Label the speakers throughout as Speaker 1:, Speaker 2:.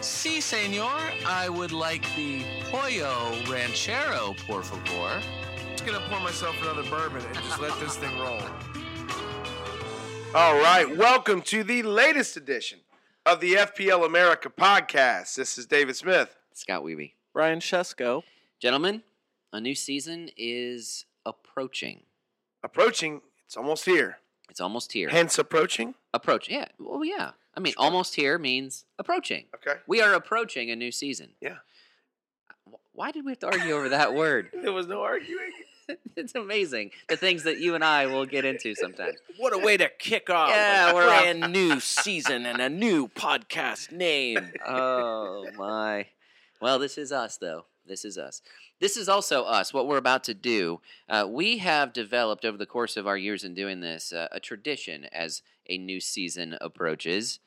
Speaker 1: Si, senor, I would like the Pollo Ranchero, por favor.
Speaker 2: I'm just gonna pour myself another bourbon and just let this thing roll. All right, welcome to the latest edition of the FPL America podcast. This is David Smith.
Speaker 3: Scott Weeby.
Speaker 4: Brian Shesko.
Speaker 3: Gentlemen, a new season is approaching.
Speaker 2: Approaching, it's almost here.
Speaker 3: It's almost here.
Speaker 2: Hence, approaching.
Speaker 3: Approach. Yeah. Well, yeah. I mean, almost here means approaching.
Speaker 2: Okay.
Speaker 3: We are approaching a new season.
Speaker 2: Yeah.
Speaker 3: Wh- Why did we have to argue over that word?
Speaker 2: There was no arguing.
Speaker 3: it's amazing the things that you and I will get into sometimes.
Speaker 5: What a way to kick off
Speaker 3: Yeah,
Speaker 5: a
Speaker 3: we're off.
Speaker 5: brand new season and a new podcast name.
Speaker 3: oh my. Well, this is us though. This is us. This is also us. What we're about to do, uh, we have developed over the course of our years in doing this uh, a tradition as a new season approaches.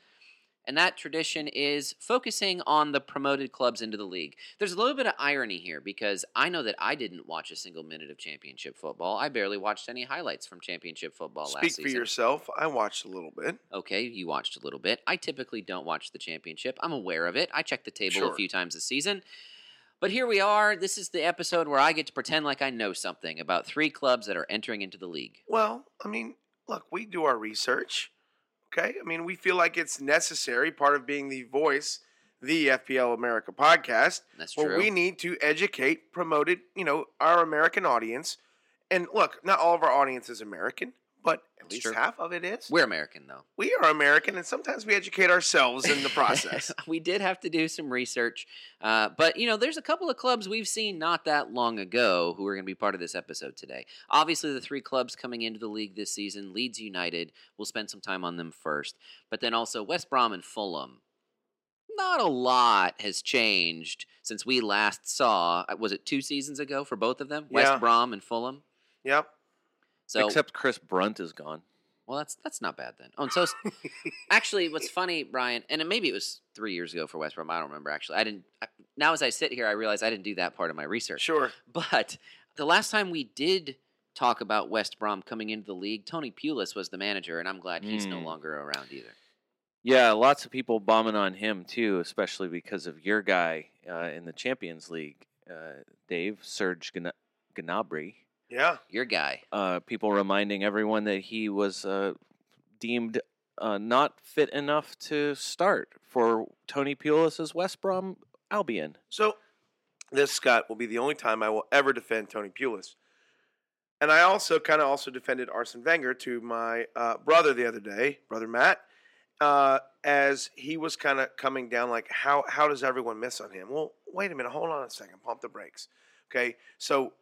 Speaker 3: And that tradition is focusing on the promoted clubs into the league. There's a little bit of irony here because I know that I didn't watch a single minute of championship football. I barely watched any highlights from championship football
Speaker 2: Speak
Speaker 3: last
Speaker 2: for
Speaker 3: season.
Speaker 2: yourself. I watched a little bit.
Speaker 3: Okay, you watched a little bit. I typically don't watch the championship. I'm aware of it. I check the table
Speaker 2: Sure.
Speaker 3: a few times a season. But here we are. This is the episode where I get to pretend like I know something about three clubs that are entering into the league.
Speaker 2: Well, I mean, look, we do our research. Okay. I mean, we feel like it's necessary, part of being the voice, the FPL America podcast,
Speaker 3: That's
Speaker 2: where
Speaker 3: true.
Speaker 2: we need to educate, promote it, you know, our American audience. And look, not all of our audience is American, but at
Speaker 3: It's
Speaker 2: least
Speaker 3: true.
Speaker 2: half of it is.
Speaker 3: We're American though.
Speaker 2: We are American, and sometimes we educate ourselves in the process.
Speaker 3: we did have to do some research. Uh, but, you know, there's a couple of clubs we've seen not that long ago who are going to be part of this episode today. Obviously, the three clubs coming into the league this season Leeds United, we'll spend some time on them first. But then also West Brom and Fulham. Not a lot has changed since we last saw. uh, Was it two seasons ago for both of them?
Speaker 2: Yeah.
Speaker 3: West Brom and Fulham.
Speaker 2: yep.
Speaker 3: So
Speaker 4: Except Chris Brunt is gone.
Speaker 3: well, that's that's not bad then. Oh, and so actually, what's funny, Brian, and it- maybe it was three years ago for West Brom. I don't remember actually. I didn't. I, now as I sit here, I realize I didn't do that part of my research.
Speaker 2: Sure.
Speaker 3: But the last time we did talk about West Brom coming into the league, Tony Pulis was the manager, and I'm glad he's no
Speaker 2: Mm.
Speaker 4: Hmm.
Speaker 3: longer around either.
Speaker 4: Yeah, lots of people bombing on him too, especially because of your guy uh, in the Champions League, uh, Dave Serge Gna- Gnabry.
Speaker 2: Yeah.
Speaker 3: Your guy.
Speaker 4: Uh, people reminding everyone that he was uh, deemed uh, not fit enough to start for Tony Pulis's West Brom Albion.
Speaker 2: So, this Scott will be the only time I will ever defend Tony Pulis. And I also kind of also defended Arsene Wenger to my uh, brother the other day, brother Matt, uh, as he was kind of coming down like, how how does everyone miss on him? Well, wait a minute, hold on a second, pump the brakes. Okay, so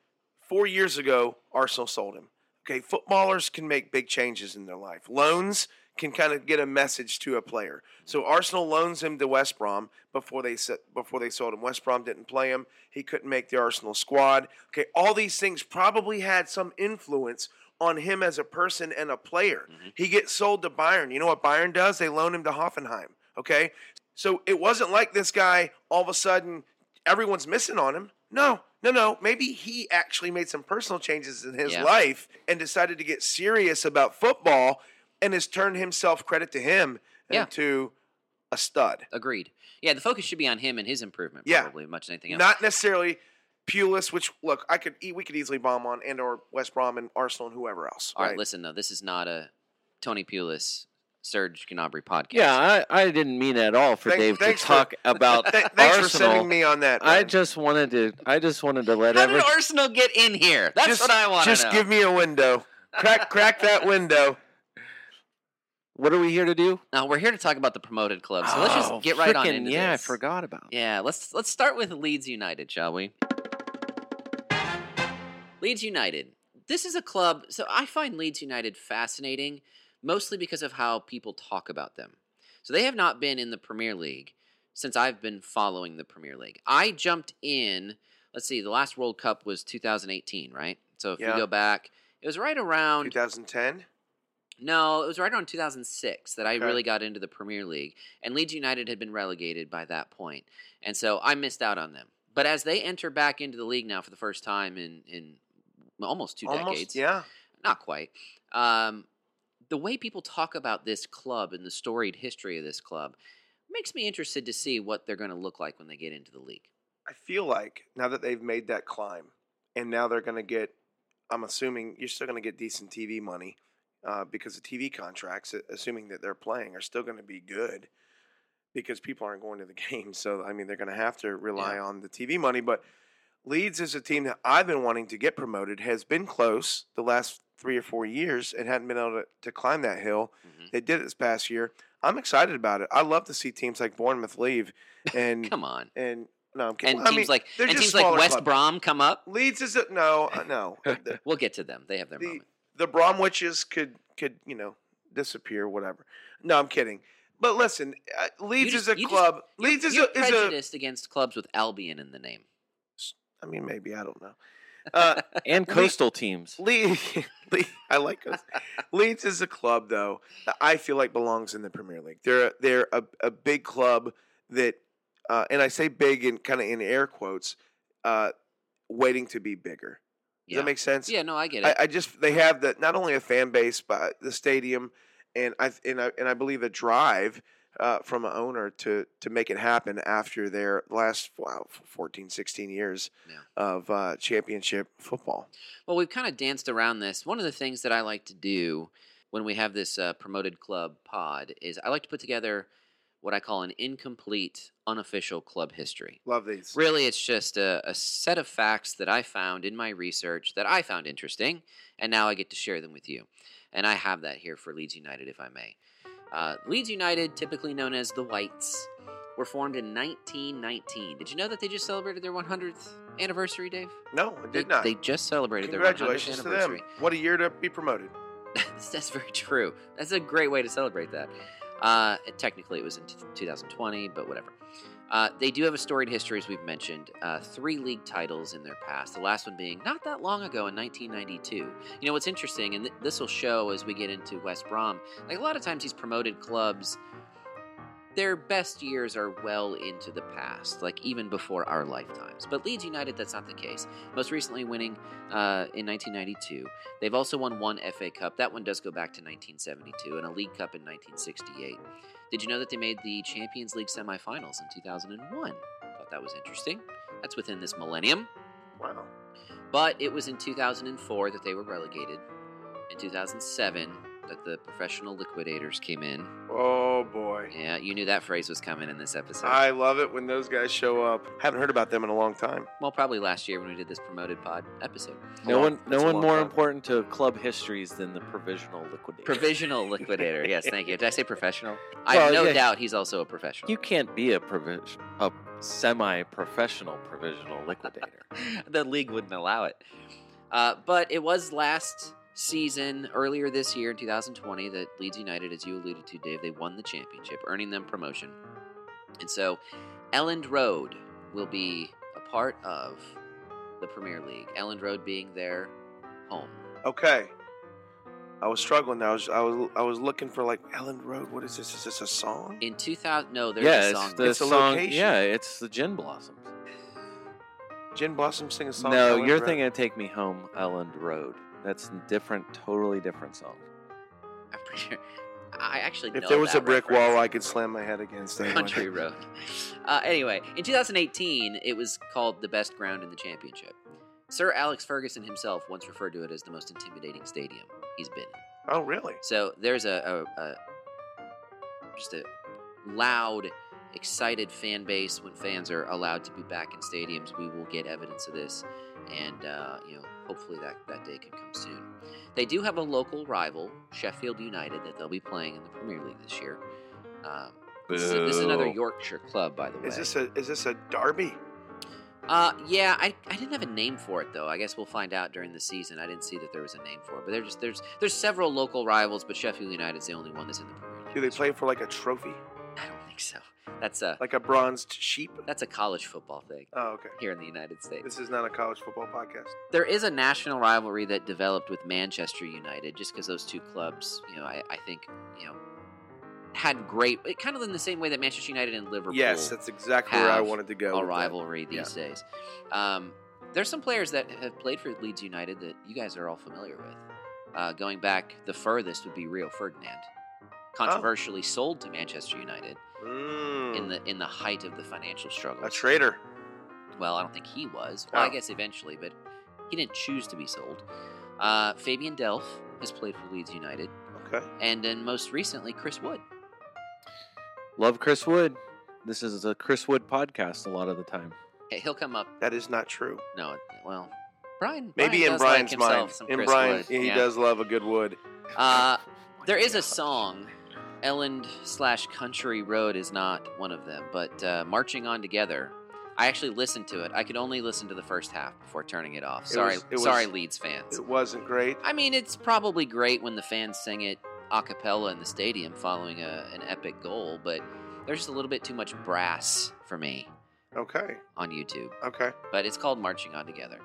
Speaker 2: four years ago, Arsenal sold him. Okay, footballers can make big changes in their life. Loans can kind of get a message to a player. So Arsenal loans him to West Brom before they se- before they sold him. West Brom didn't play him. He couldn't make the Arsenal squad. Okay, all these things probably had some influence on him as a person and a player. He gets sold to Bayern. You know what Bayern does? They loan him to Hoffenheim. Okay, so it wasn't like this guy all of a sudden everyone's missing on him. No, no, no. Maybe he actually made some personal changes in his
Speaker 3: Yeah.
Speaker 2: life and decided to get serious about football and has turned himself credit to him
Speaker 3: Yeah.
Speaker 2: into a stud.
Speaker 3: Agreed. Yeah, the focus should be on him and his improvement,
Speaker 2: Yeah.
Speaker 3: probably much as anything else.
Speaker 2: Not necessarily Pulis, which look, I could e- we could easily bomb on and or West Brom and Arsenal and whoever else.
Speaker 3: All right, listen though, this is not a Tony Pulis, Serge Gnabry podcast.
Speaker 4: Yeah, I, I didn't mean at all for
Speaker 2: Thank-
Speaker 4: Dave
Speaker 2: thanks
Speaker 4: to
Speaker 2: for-
Speaker 4: talk about
Speaker 2: Th- thanks for
Speaker 4: Arsenal.
Speaker 2: sending me on that.
Speaker 4: I
Speaker 2: man.
Speaker 4: just wanted to. I just wanted to let
Speaker 3: How did
Speaker 4: everyone.
Speaker 3: Arsenal get in here? That's
Speaker 2: Just-
Speaker 3: what I want to know.
Speaker 2: just give me a window. crack, crack that window.
Speaker 4: What are we here to do?
Speaker 3: Now Uh, we're here to talk about the promoted club, so let's just get right on
Speaker 4: Oh, frickin'
Speaker 3: into
Speaker 4: yeah,
Speaker 3: this.
Speaker 4: I forgot about. it.
Speaker 3: Yeah, let's let's start with Leeds United, shall we? Leeds United. This is a club. So I find Leeds United fascinating, mostly because of how people talk about them. So they have not been in the Premier League since I've been following the Premier League. I jumped in. Let's see, the last World Cup was 2018, right? So if
Speaker 2: Yeah.
Speaker 3: we go back, it was right around
Speaker 2: 2010.
Speaker 3: no, it was right around 2006 that I
Speaker 2: Okay.
Speaker 3: really got into the Premier League, and Leeds United had been relegated by that point, and so I missed out on them. But as they enter back into the league now for the first time in in almost two
Speaker 2: Almost,
Speaker 3: decades,
Speaker 2: yeah.
Speaker 3: not quite. Um, the way people talk about this club and the storied history of this club makes me interested to see what they're going to look like when they get into the league.
Speaker 2: I feel like now that they've made that climb, and now they're going to get. I'm assuming you're still going to get decent TV money uh, because the TV contracts, a- assuming that they're playing, are still going to be good because people aren't going to the game. So I mean, they're going to have to rely on the TV money. But Leeds is a team that I've been wanting to get promoted. Has been close the last three or four years and hadn't been able to, to climb that hill.
Speaker 3: Mhm.
Speaker 2: They did it this past year. I'm excited about it. I love to see teams like Bournemouth leave and
Speaker 3: Come on,
Speaker 2: and no, I'm kidding.
Speaker 3: and
Speaker 2: Hmm. I
Speaker 3: teams
Speaker 2: mean,
Speaker 3: like
Speaker 2: they're
Speaker 3: and
Speaker 2: just
Speaker 3: teams like
Speaker 2: smaller
Speaker 3: West
Speaker 2: clubs.
Speaker 3: Brom come up.
Speaker 2: Leeds is a, no, uh, no. the,
Speaker 3: We'll get to them. They have their
Speaker 2: the,
Speaker 3: moment.
Speaker 2: the Bromwiches could could you know disappear, whatever. No, I'm kidding. But listen, uh, Leeds
Speaker 3: just-
Speaker 2: is a
Speaker 3: you just-
Speaker 2: club. Leeds is
Speaker 3: You're
Speaker 2: a, is a.
Speaker 3: prejudiced against clubs with Albion in the name.
Speaker 2: I mean, maybe I don't know. Uh,
Speaker 4: And
Speaker 2: Le-
Speaker 4: coastal teams.
Speaker 2: Leeds, Le- I like us. Leeds is a club though that I feel like belongs in the Premier League. They're they're a, a big club that, uh, and I say big in kind of in air quotes, uh, waiting to be bigger. Does
Speaker 3: Yeah.
Speaker 2: that make sense?
Speaker 3: yeah, no, I get it.
Speaker 2: I, I just they have the not only a fan base but uh, the stadium, and I and I and I believe a drive uh, from an owner to to make it happen after their last wow 14, 16 years
Speaker 3: Yeah.
Speaker 2: of uh, championship football.
Speaker 3: Well, we've kind of danced around this. One of the things that I like to do when we have this uh, promoted club pod is I like to put together what I call an incomplete, unofficial club history.
Speaker 2: Love these.
Speaker 3: Really, it's just a, a set of facts that I found in my research that I found interesting, and now I get to share them with you. And I have that here for Leeds United, if I may. Uh, Leeds United, typically known as the Whites, were formed in 1919. Did you know that they just celebrated their 100th anniversary, Dave?
Speaker 2: No, I
Speaker 3: They,
Speaker 2: did not.
Speaker 3: they just celebrated their 100th
Speaker 2: Congratulations to them.
Speaker 3: anniversary.
Speaker 2: What a year to be promoted.
Speaker 3: That's- That's very true. That's a great way to celebrate that. Uh, it- technically, it was in t- 2020, but whatever. Uh, they do have a storied history, as we've mentioned. Uh, three league titles in their past, the last one being not that long ago in 1992. You know what's interesting, and th- this will show as we get into West Brom. Like a lot of times, these promoted clubs, their best years are well into the past, like even before our lifetimes. But Leeds United, that's not the case. Most recently, winning uh, in 1992. They've also won one FA Cup. That one does go back to 1972 and a League Cup in 1968. Did you know that they made the Champions League semifinals in 2001? Thought that was interesting. That's within this millennium.
Speaker 2: Wow.
Speaker 3: But it was in 2004 that they were relegated. In 2007 that the professional liquidators came in.
Speaker 2: Oh boy.
Speaker 3: Yeah, you knew that phrase was coming in this episode.
Speaker 2: I love it when those guys show up. Haven't heard about them in a long time.
Speaker 3: well, probably last year when we did this promoted pod episode.
Speaker 4: No
Speaker 2: Long-
Speaker 4: one, no
Speaker 2: that's a
Speaker 4: one
Speaker 2: long
Speaker 4: more
Speaker 2: time.
Speaker 4: important to club histories than the provisional liquidator.
Speaker 3: Provisional liquidator. Yes, thank you. Did I say professional? I
Speaker 4: Well,
Speaker 3: have no
Speaker 4: yeah.
Speaker 3: doubt he's also a professional.
Speaker 4: You can't be a provis a semi-professional provisional liquidator.
Speaker 3: the league wouldn't allow it. Uh, but it was last season, earlier this year in 2020, that Leeds United, as you alluded to, Dave, they won the championship, earning them promotion. And so Elland Road will be a part of the Premier League, Elland Road being their home.
Speaker 2: Okay. I was struggling. there. I was I was I was looking for like Ellen Road. What is this? Is this a song?
Speaker 3: In 2000, no, there's
Speaker 4: yeah,
Speaker 3: a song.
Speaker 4: it's the
Speaker 2: It's a
Speaker 4: song.
Speaker 2: location.
Speaker 4: Yeah, it's the Gin Blossoms.
Speaker 2: Gin Blossom sing a song.
Speaker 4: no,
Speaker 2: Ellen
Speaker 4: you're
Speaker 2: Road?
Speaker 4: thinking of "Take Me Home, Elland Road." That's a different, totally different song.
Speaker 3: I'm pretty sure. I actually
Speaker 2: If
Speaker 3: know
Speaker 2: there was
Speaker 3: that
Speaker 2: a brick
Speaker 3: reference.
Speaker 2: wall, I could slam my head against it.
Speaker 3: Country Road. Uh, anyway, in 2018, it was called the best ground in the championship. Sir Alex Ferguson himself once referred to it as the most intimidating stadium he's been in.
Speaker 2: Oh, really?
Speaker 3: So there's a, a, a just a loud, excited fan base when fans are allowed to be back in stadiums. We will get evidence of this and uh, you know hopefully that, that day can come soon. They do have a local rival, Sheffield United, that they'll be playing in the Premier League this year. Um, this, is, this is another
Speaker 4: Boo.
Speaker 3: Yorkshire club, by the way.
Speaker 2: Is this a is this a derby?
Speaker 3: Uh, yeah, I, I didn't have a name for it though. I guess we'll find out during the season. I didn't see that there was a name for it, but there's there's there's several local rivals, but Sheffield United's the only one that's in the Premier League.
Speaker 2: Do they play for like a trophy,
Speaker 3: I don't think so. That's a
Speaker 2: like a bronzed sheep?
Speaker 3: that's a college football thing
Speaker 2: Oh, okay.
Speaker 3: here in the United States.
Speaker 2: This is not a college football podcast.
Speaker 3: there is a national rivalry that developed with Manchester United just because those two clubs, you know, I, I think, you know, had great, it kind of in the same way that Manchester United and Liverpool
Speaker 2: Yes, that's exactly where I
Speaker 3: have
Speaker 2: wanted to go.
Speaker 3: a
Speaker 2: with that.
Speaker 3: rivalry these days. Um, there's some players that have played for Leeds United that you guys are all familiar with. Uh, going back the furthest would be Rio Ferdinand, controversially sold to Manchester United
Speaker 2: Mm,
Speaker 3: in the in the height of the financial struggle.
Speaker 2: a traitor.
Speaker 3: Well, I don't think he was. Well, I
Speaker 2: Oh.
Speaker 3: guess eventually, but he didn't choose to be sold. Uh, Fabian Delph has played for Leeds United,
Speaker 2: Okay.
Speaker 3: and then most recently Chris Wood.
Speaker 4: Love Chris Wood. This is a Chris Wood podcast a lot of the time.
Speaker 3: Hey, He'll come up.
Speaker 2: That is not true.
Speaker 3: No, well, Brian.
Speaker 2: Maybe
Speaker 3: Brian
Speaker 2: in
Speaker 3: does like
Speaker 2: Brian's
Speaker 3: himself
Speaker 2: mind,
Speaker 3: some
Speaker 2: in
Speaker 3: Chris
Speaker 2: Brian,
Speaker 3: Wood,
Speaker 2: yeah, he
Speaker 3: yeah.
Speaker 2: does love a good wood.
Speaker 3: Uh, there is a song. Ellen slash Country Road is not one of them, but uh, Marching On Together. I actually listened to it. I could only listen to the first half before turning it off.
Speaker 2: It
Speaker 3: Sorry,
Speaker 2: was- it was-
Speaker 3: sorry, Leeds fans.
Speaker 2: It wasn't great.
Speaker 3: I mean, it's probably great when the fans sing it a cappella in the stadium following a, an epic goal, but there's just a little bit too much brass for me
Speaker 2: Okay.
Speaker 3: on YouTube.
Speaker 2: Okay.
Speaker 3: But it's called Marching On Together.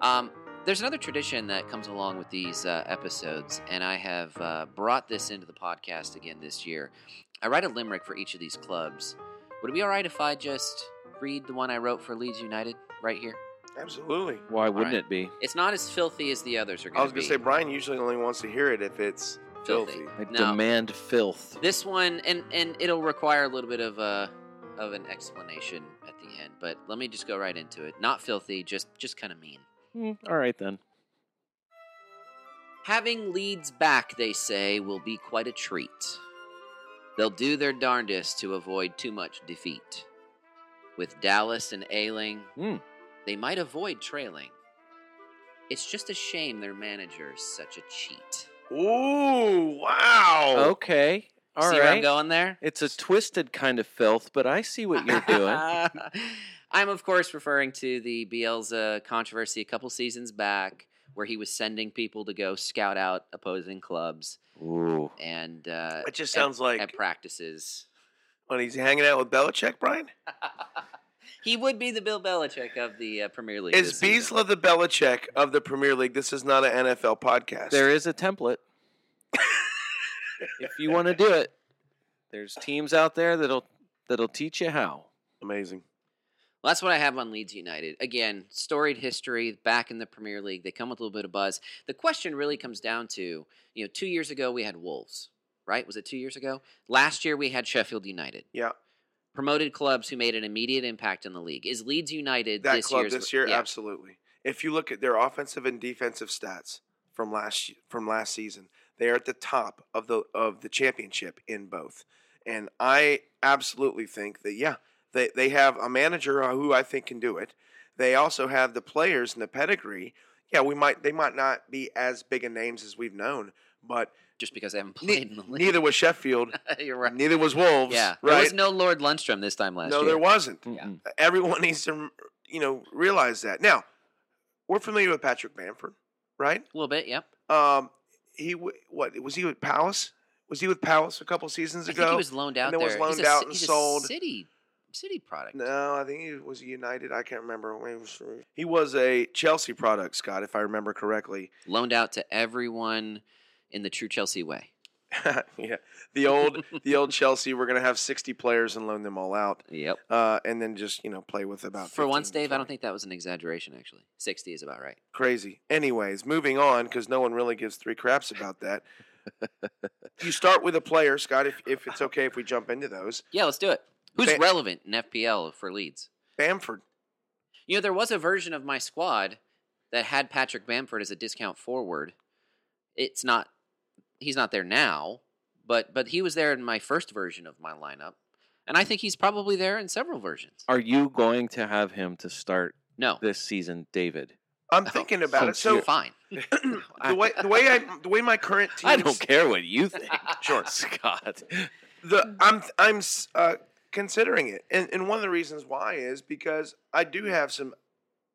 Speaker 3: Um, there's another tradition that comes along with these uh, episodes, and I have uh, brought this into the podcast again this year. I write a limerick for each of these clubs. Would it be all right if I just read the one I wrote for Leeds United right here?
Speaker 2: Absolutely.
Speaker 4: Why wouldn't
Speaker 3: right.
Speaker 4: it be?
Speaker 3: It's not as filthy as the others are going
Speaker 2: I was
Speaker 3: to be.
Speaker 2: gonna say Brian usually only wants to hear it if it's filthy.
Speaker 4: I
Speaker 3: No.
Speaker 4: demand filth.
Speaker 3: This one, and and it'll require a little bit of a of an explanation at the end. But let me just go right into it. Not filthy, just just kind of mean.
Speaker 4: Mm, all right then.
Speaker 3: Having Leeds back, they say, will be quite a treat. They'll do their darndest to avoid too much defeat. With Dallas and Ailing,
Speaker 4: Hmm.
Speaker 3: they might avoid trailing. It's just a shame their manager's such a cheat.
Speaker 2: Ooh! Wow.
Speaker 4: Okay. All right.
Speaker 3: Oh. See where I'm going there?
Speaker 4: It's a twisted kind of filth, but I see what you're doing.
Speaker 3: I'm, of course, referring to the Bielsa controversy a couple seasons back where he was sending people to go scout out opposing clubs
Speaker 4: Ooh.
Speaker 3: and uh,
Speaker 2: It just
Speaker 3: at-
Speaker 2: sounds like
Speaker 3: at practices.
Speaker 2: when he's hanging out with Belichick, Brian.
Speaker 3: he would be the Bill Belichick of the uh, Premier League.
Speaker 2: Is
Speaker 3: this season.
Speaker 2: Beasla the Belichick of the Premier League? This is not an NFL podcast.
Speaker 4: There is a template. if you want to do it, there's teams out there that'll that'll teach you how.
Speaker 2: amazing.
Speaker 3: Well, that's what I have on Leeds United. Again, storied history back in the Premier League. They come with a little bit of buzz. The question really comes down to you know, two years ago we had Wolves, right? Was it two years ago? Last year we had Sheffield United.
Speaker 2: Yeah.
Speaker 3: Promoted clubs who made an immediate impact in the league. Is Leeds United
Speaker 2: That
Speaker 3: this
Speaker 2: club
Speaker 3: year's
Speaker 2: this year,
Speaker 3: yeah.
Speaker 2: absolutely. If you look at their offensive and defensive stats from last y- from last season, they are at the top of the of the championship in both. And I absolutely think that yeah, they they have a manager who I think can do it. They also have the players and the pedigree. Yeah, we might they might not be as big a names as we've known, but
Speaker 3: Just because they haven't
Speaker 2: ne-
Speaker 3: played in the league.
Speaker 2: neither was Sheffield,
Speaker 3: You're right.
Speaker 2: neither was Wolves.
Speaker 3: Yeah. There
Speaker 2: right.
Speaker 3: was no Lord Lundstrom this time last
Speaker 2: no,
Speaker 3: year.
Speaker 2: there wasn't
Speaker 4: Mm-mm.
Speaker 2: everyone needs to you know realize that now we're familiar with patrick bamford right
Speaker 3: A little bit, yep.
Speaker 2: um he w- what was he with palace was he with palace a couple seasons
Speaker 3: I
Speaker 2: ago
Speaker 3: think he was loaned out
Speaker 2: and then
Speaker 3: there.
Speaker 2: was
Speaker 3: He's
Speaker 2: loaned
Speaker 3: a
Speaker 2: out
Speaker 3: ci-
Speaker 2: and
Speaker 3: he's a
Speaker 2: sold.
Speaker 3: city, city product.
Speaker 2: no i think he was united i can't remember he was a chelsea product scott if i remember correctly
Speaker 3: Loaned out to everyone in the true Chelsea way.
Speaker 2: yeah the old the old chelsea we're going to have 60 players and loan them all out
Speaker 3: Yep.
Speaker 2: uh, and then just you know play with about
Speaker 3: For once,
Speaker 2: 15,
Speaker 3: Dave, I don't
Speaker 2: 20.
Speaker 3: think that was an exaggeration. Actually, sixty is about right.
Speaker 2: crazy. Anyways, moving on because no one really gives three craps about that. you start with a player, Scott. If, if it's okay, if we jump into those,
Speaker 3: Yeah, let's do it. Who's
Speaker 2: Ba-
Speaker 3: relevant in FPL for Leeds?
Speaker 2: Bamford.
Speaker 3: You know, there was a version of my squad that had Patrick Bamford as a discount forward. It's not he's not there now, but but he was there in my first version of my lineup, and I think he's probably there in several versions.
Speaker 4: Are you going to have him to start
Speaker 3: No. Oh,
Speaker 4: this season, David.
Speaker 2: I'm thinking about it. So
Speaker 3: fine.
Speaker 2: the way the way I the way my current team
Speaker 4: I don't care what you think. sure, Scott.
Speaker 2: the I'm I'm s- uh, considering it, and and one of the reasons why is because I do have some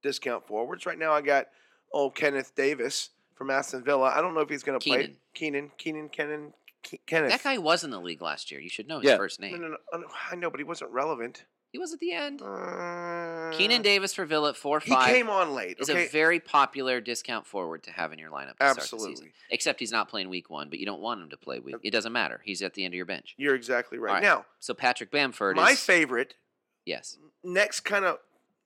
Speaker 2: discount forwards right now. I got old Kenneth Davis from Aston Villa. I don't know if he's going to play. Keenan, Keenan, Kenan, Ke- Kenneth.
Speaker 3: That guy was in the league last year. You should know his
Speaker 4: Yeah.
Speaker 3: first name.
Speaker 2: No, no, no, no, I know, but he wasn't relevant.
Speaker 3: He was at the end.
Speaker 2: Uh,
Speaker 3: Keenan Davis for Villa at four
Speaker 2: He
Speaker 3: five
Speaker 2: came on late.
Speaker 3: is
Speaker 2: okay,
Speaker 3: a very popular discount forward to have in your lineup. To Start the season.
Speaker 2: Absolutely.
Speaker 3: Except he's not playing week one, but you don't want him to play week. It doesn't matter. He's at the end of your bench.
Speaker 2: You're exactly right.
Speaker 3: Alright,
Speaker 2: Now,
Speaker 3: So Patrick Bamford
Speaker 2: my
Speaker 3: is
Speaker 2: favorite
Speaker 3: yes.
Speaker 2: next kind of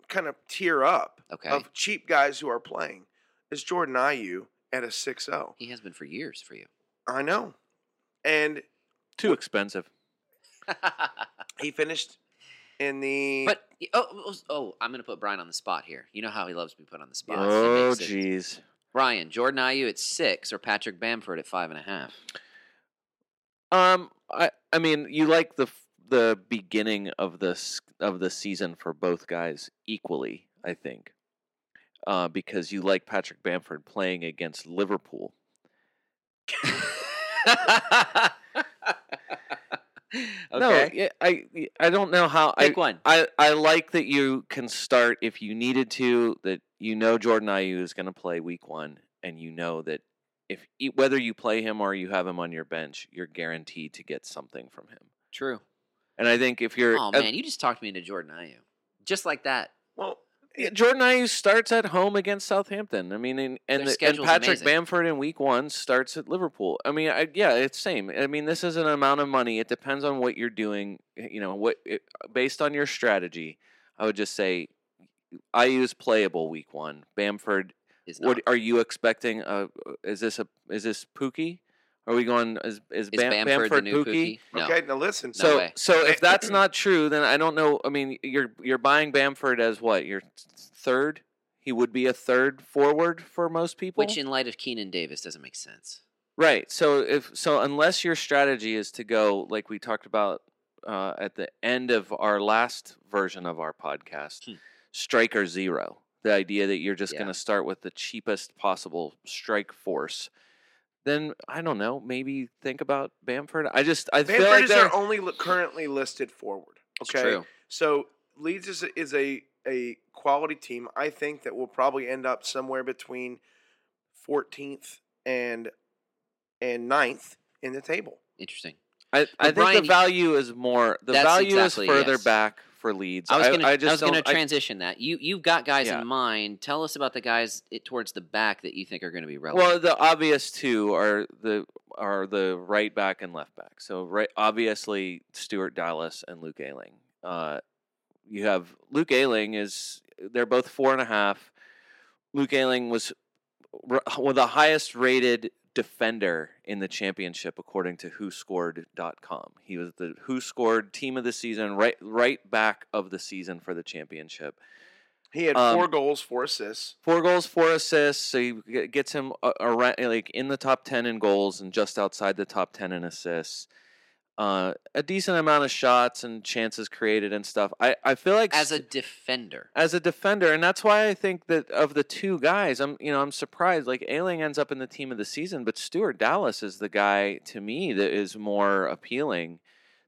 Speaker 2: kind of tier up
Speaker 3: Okay.
Speaker 2: of cheap guys who are playing is Jordan Ayew at a 6-0.
Speaker 3: He has been for years for you.
Speaker 2: I know. And
Speaker 4: Too expensive.
Speaker 2: he finished in the
Speaker 3: but oh, oh, oh, I'm gonna put Brian on the spot here. You know how he loves to be put on the spot. It
Speaker 4: Oh,
Speaker 3: makes it-
Speaker 4: jeez.
Speaker 3: Brian, Jordan Ayew at six or Patrick Bamford at five and a half.
Speaker 4: Um, I I mean, you like the f- the beginning of this of the season for both guys equally, I think, uh, because you like Patrick Bamford playing against Liverpool. No,
Speaker 3: okay.
Speaker 4: yeah, I I don't know how I
Speaker 3: Pick one.
Speaker 4: I, I like that you can start if you needed to. That you know Jordan Ayew is going to play week one, and you know that if e- whether you play him or you have him on your bench, you're guaranteed to get something from him.
Speaker 3: True.
Speaker 4: And I think if you're
Speaker 3: Oh man, you just talked me into Jordan Ayew. Just like that.
Speaker 2: well
Speaker 4: Yeah, Jordan Ayew starts at home against Southampton. I mean, and and, the- and
Speaker 3: schedule's
Speaker 4: Patrick
Speaker 3: amazing.
Speaker 4: Bamford in Week One starts at Liverpool. I mean, I, yeah, it's same. I mean, this is an amount of money. It depends on what you're doing. eh, You know, what it, based on your strategy, I would just say Ayew is playable Week One. Bamford,
Speaker 3: Is not.
Speaker 4: what are you expecting? Uh, is this a is this Pookie? Are we going? Is is,
Speaker 3: is
Speaker 4: Bam-
Speaker 3: Bamford, the new Pookie? No.
Speaker 2: okay, now listen.
Speaker 3: No
Speaker 4: so,
Speaker 3: way.
Speaker 4: so if that's not true, then I don't know. I mean, you're you're buying Bamford as what your third? He would be a third forward for most people.
Speaker 3: Which, in light of Keenan Davis, doesn't make sense.
Speaker 4: right. So if so, unless your strategy is to go like we talked about uh, at the end of our last version of our podcast,
Speaker 3: Hmm.
Speaker 4: striker zero. The idea that you're just
Speaker 3: Yeah.
Speaker 4: going to start with the cheapest possible strike force. Then I don't know. Maybe think about Bamford. I just I feel
Speaker 2: Bamford
Speaker 4: like
Speaker 2: is
Speaker 4: they're-
Speaker 2: their only li- currently listed forward.
Speaker 3: It's
Speaker 2: Okay.
Speaker 3: true.
Speaker 2: So Leeds is, is a a quality team. I think that will probably end up somewhere between 14th and and 9th in the table.
Speaker 3: Interesting.
Speaker 4: I, I think
Speaker 3: Brian,
Speaker 4: the value is more. The
Speaker 3: That's
Speaker 4: value
Speaker 3: exactly,
Speaker 4: is further
Speaker 3: yes.
Speaker 4: back for Leeds.
Speaker 3: I was gonna. I,
Speaker 4: just
Speaker 3: was gonna
Speaker 4: don't- I-
Speaker 3: transition that. You you've got guys
Speaker 4: Yeah.
Speaker 3: in mind. Tell us about the guys it, towards the back that you think are going to be relevant.
Speaker 4: well, the obvious two are the are the right back and left back. So right, obviously Stuart Dallas and Luke Ayling. Uh, you have Luke Ayling is they're both four and a half. Luke Ayling was r- well, the highest rated defender in the championship according to whoscored.com. He was the who scored team of the season, right right back of the season for the championship.
Speaker 2: He had
Speaker 4: Um,
Speaker 2: four goals, four assists.
Speaker 4: Four goals, four assists, so he g- gets him a- around like in the top 10 in goals and just outside the top 10 in assists. Uh, a decent amount of shots and chances created and stuff. I, I feel like
Speaker 3: as
Speaker 4: s-
Speaker 3: a defender,
Speaker 4: as a defender, and that's why I think that of the two guys, I'm you know I'm surprised. Like Ailing ends up in the team of the season, but Stuart Dallas is the guy to me that is more appealing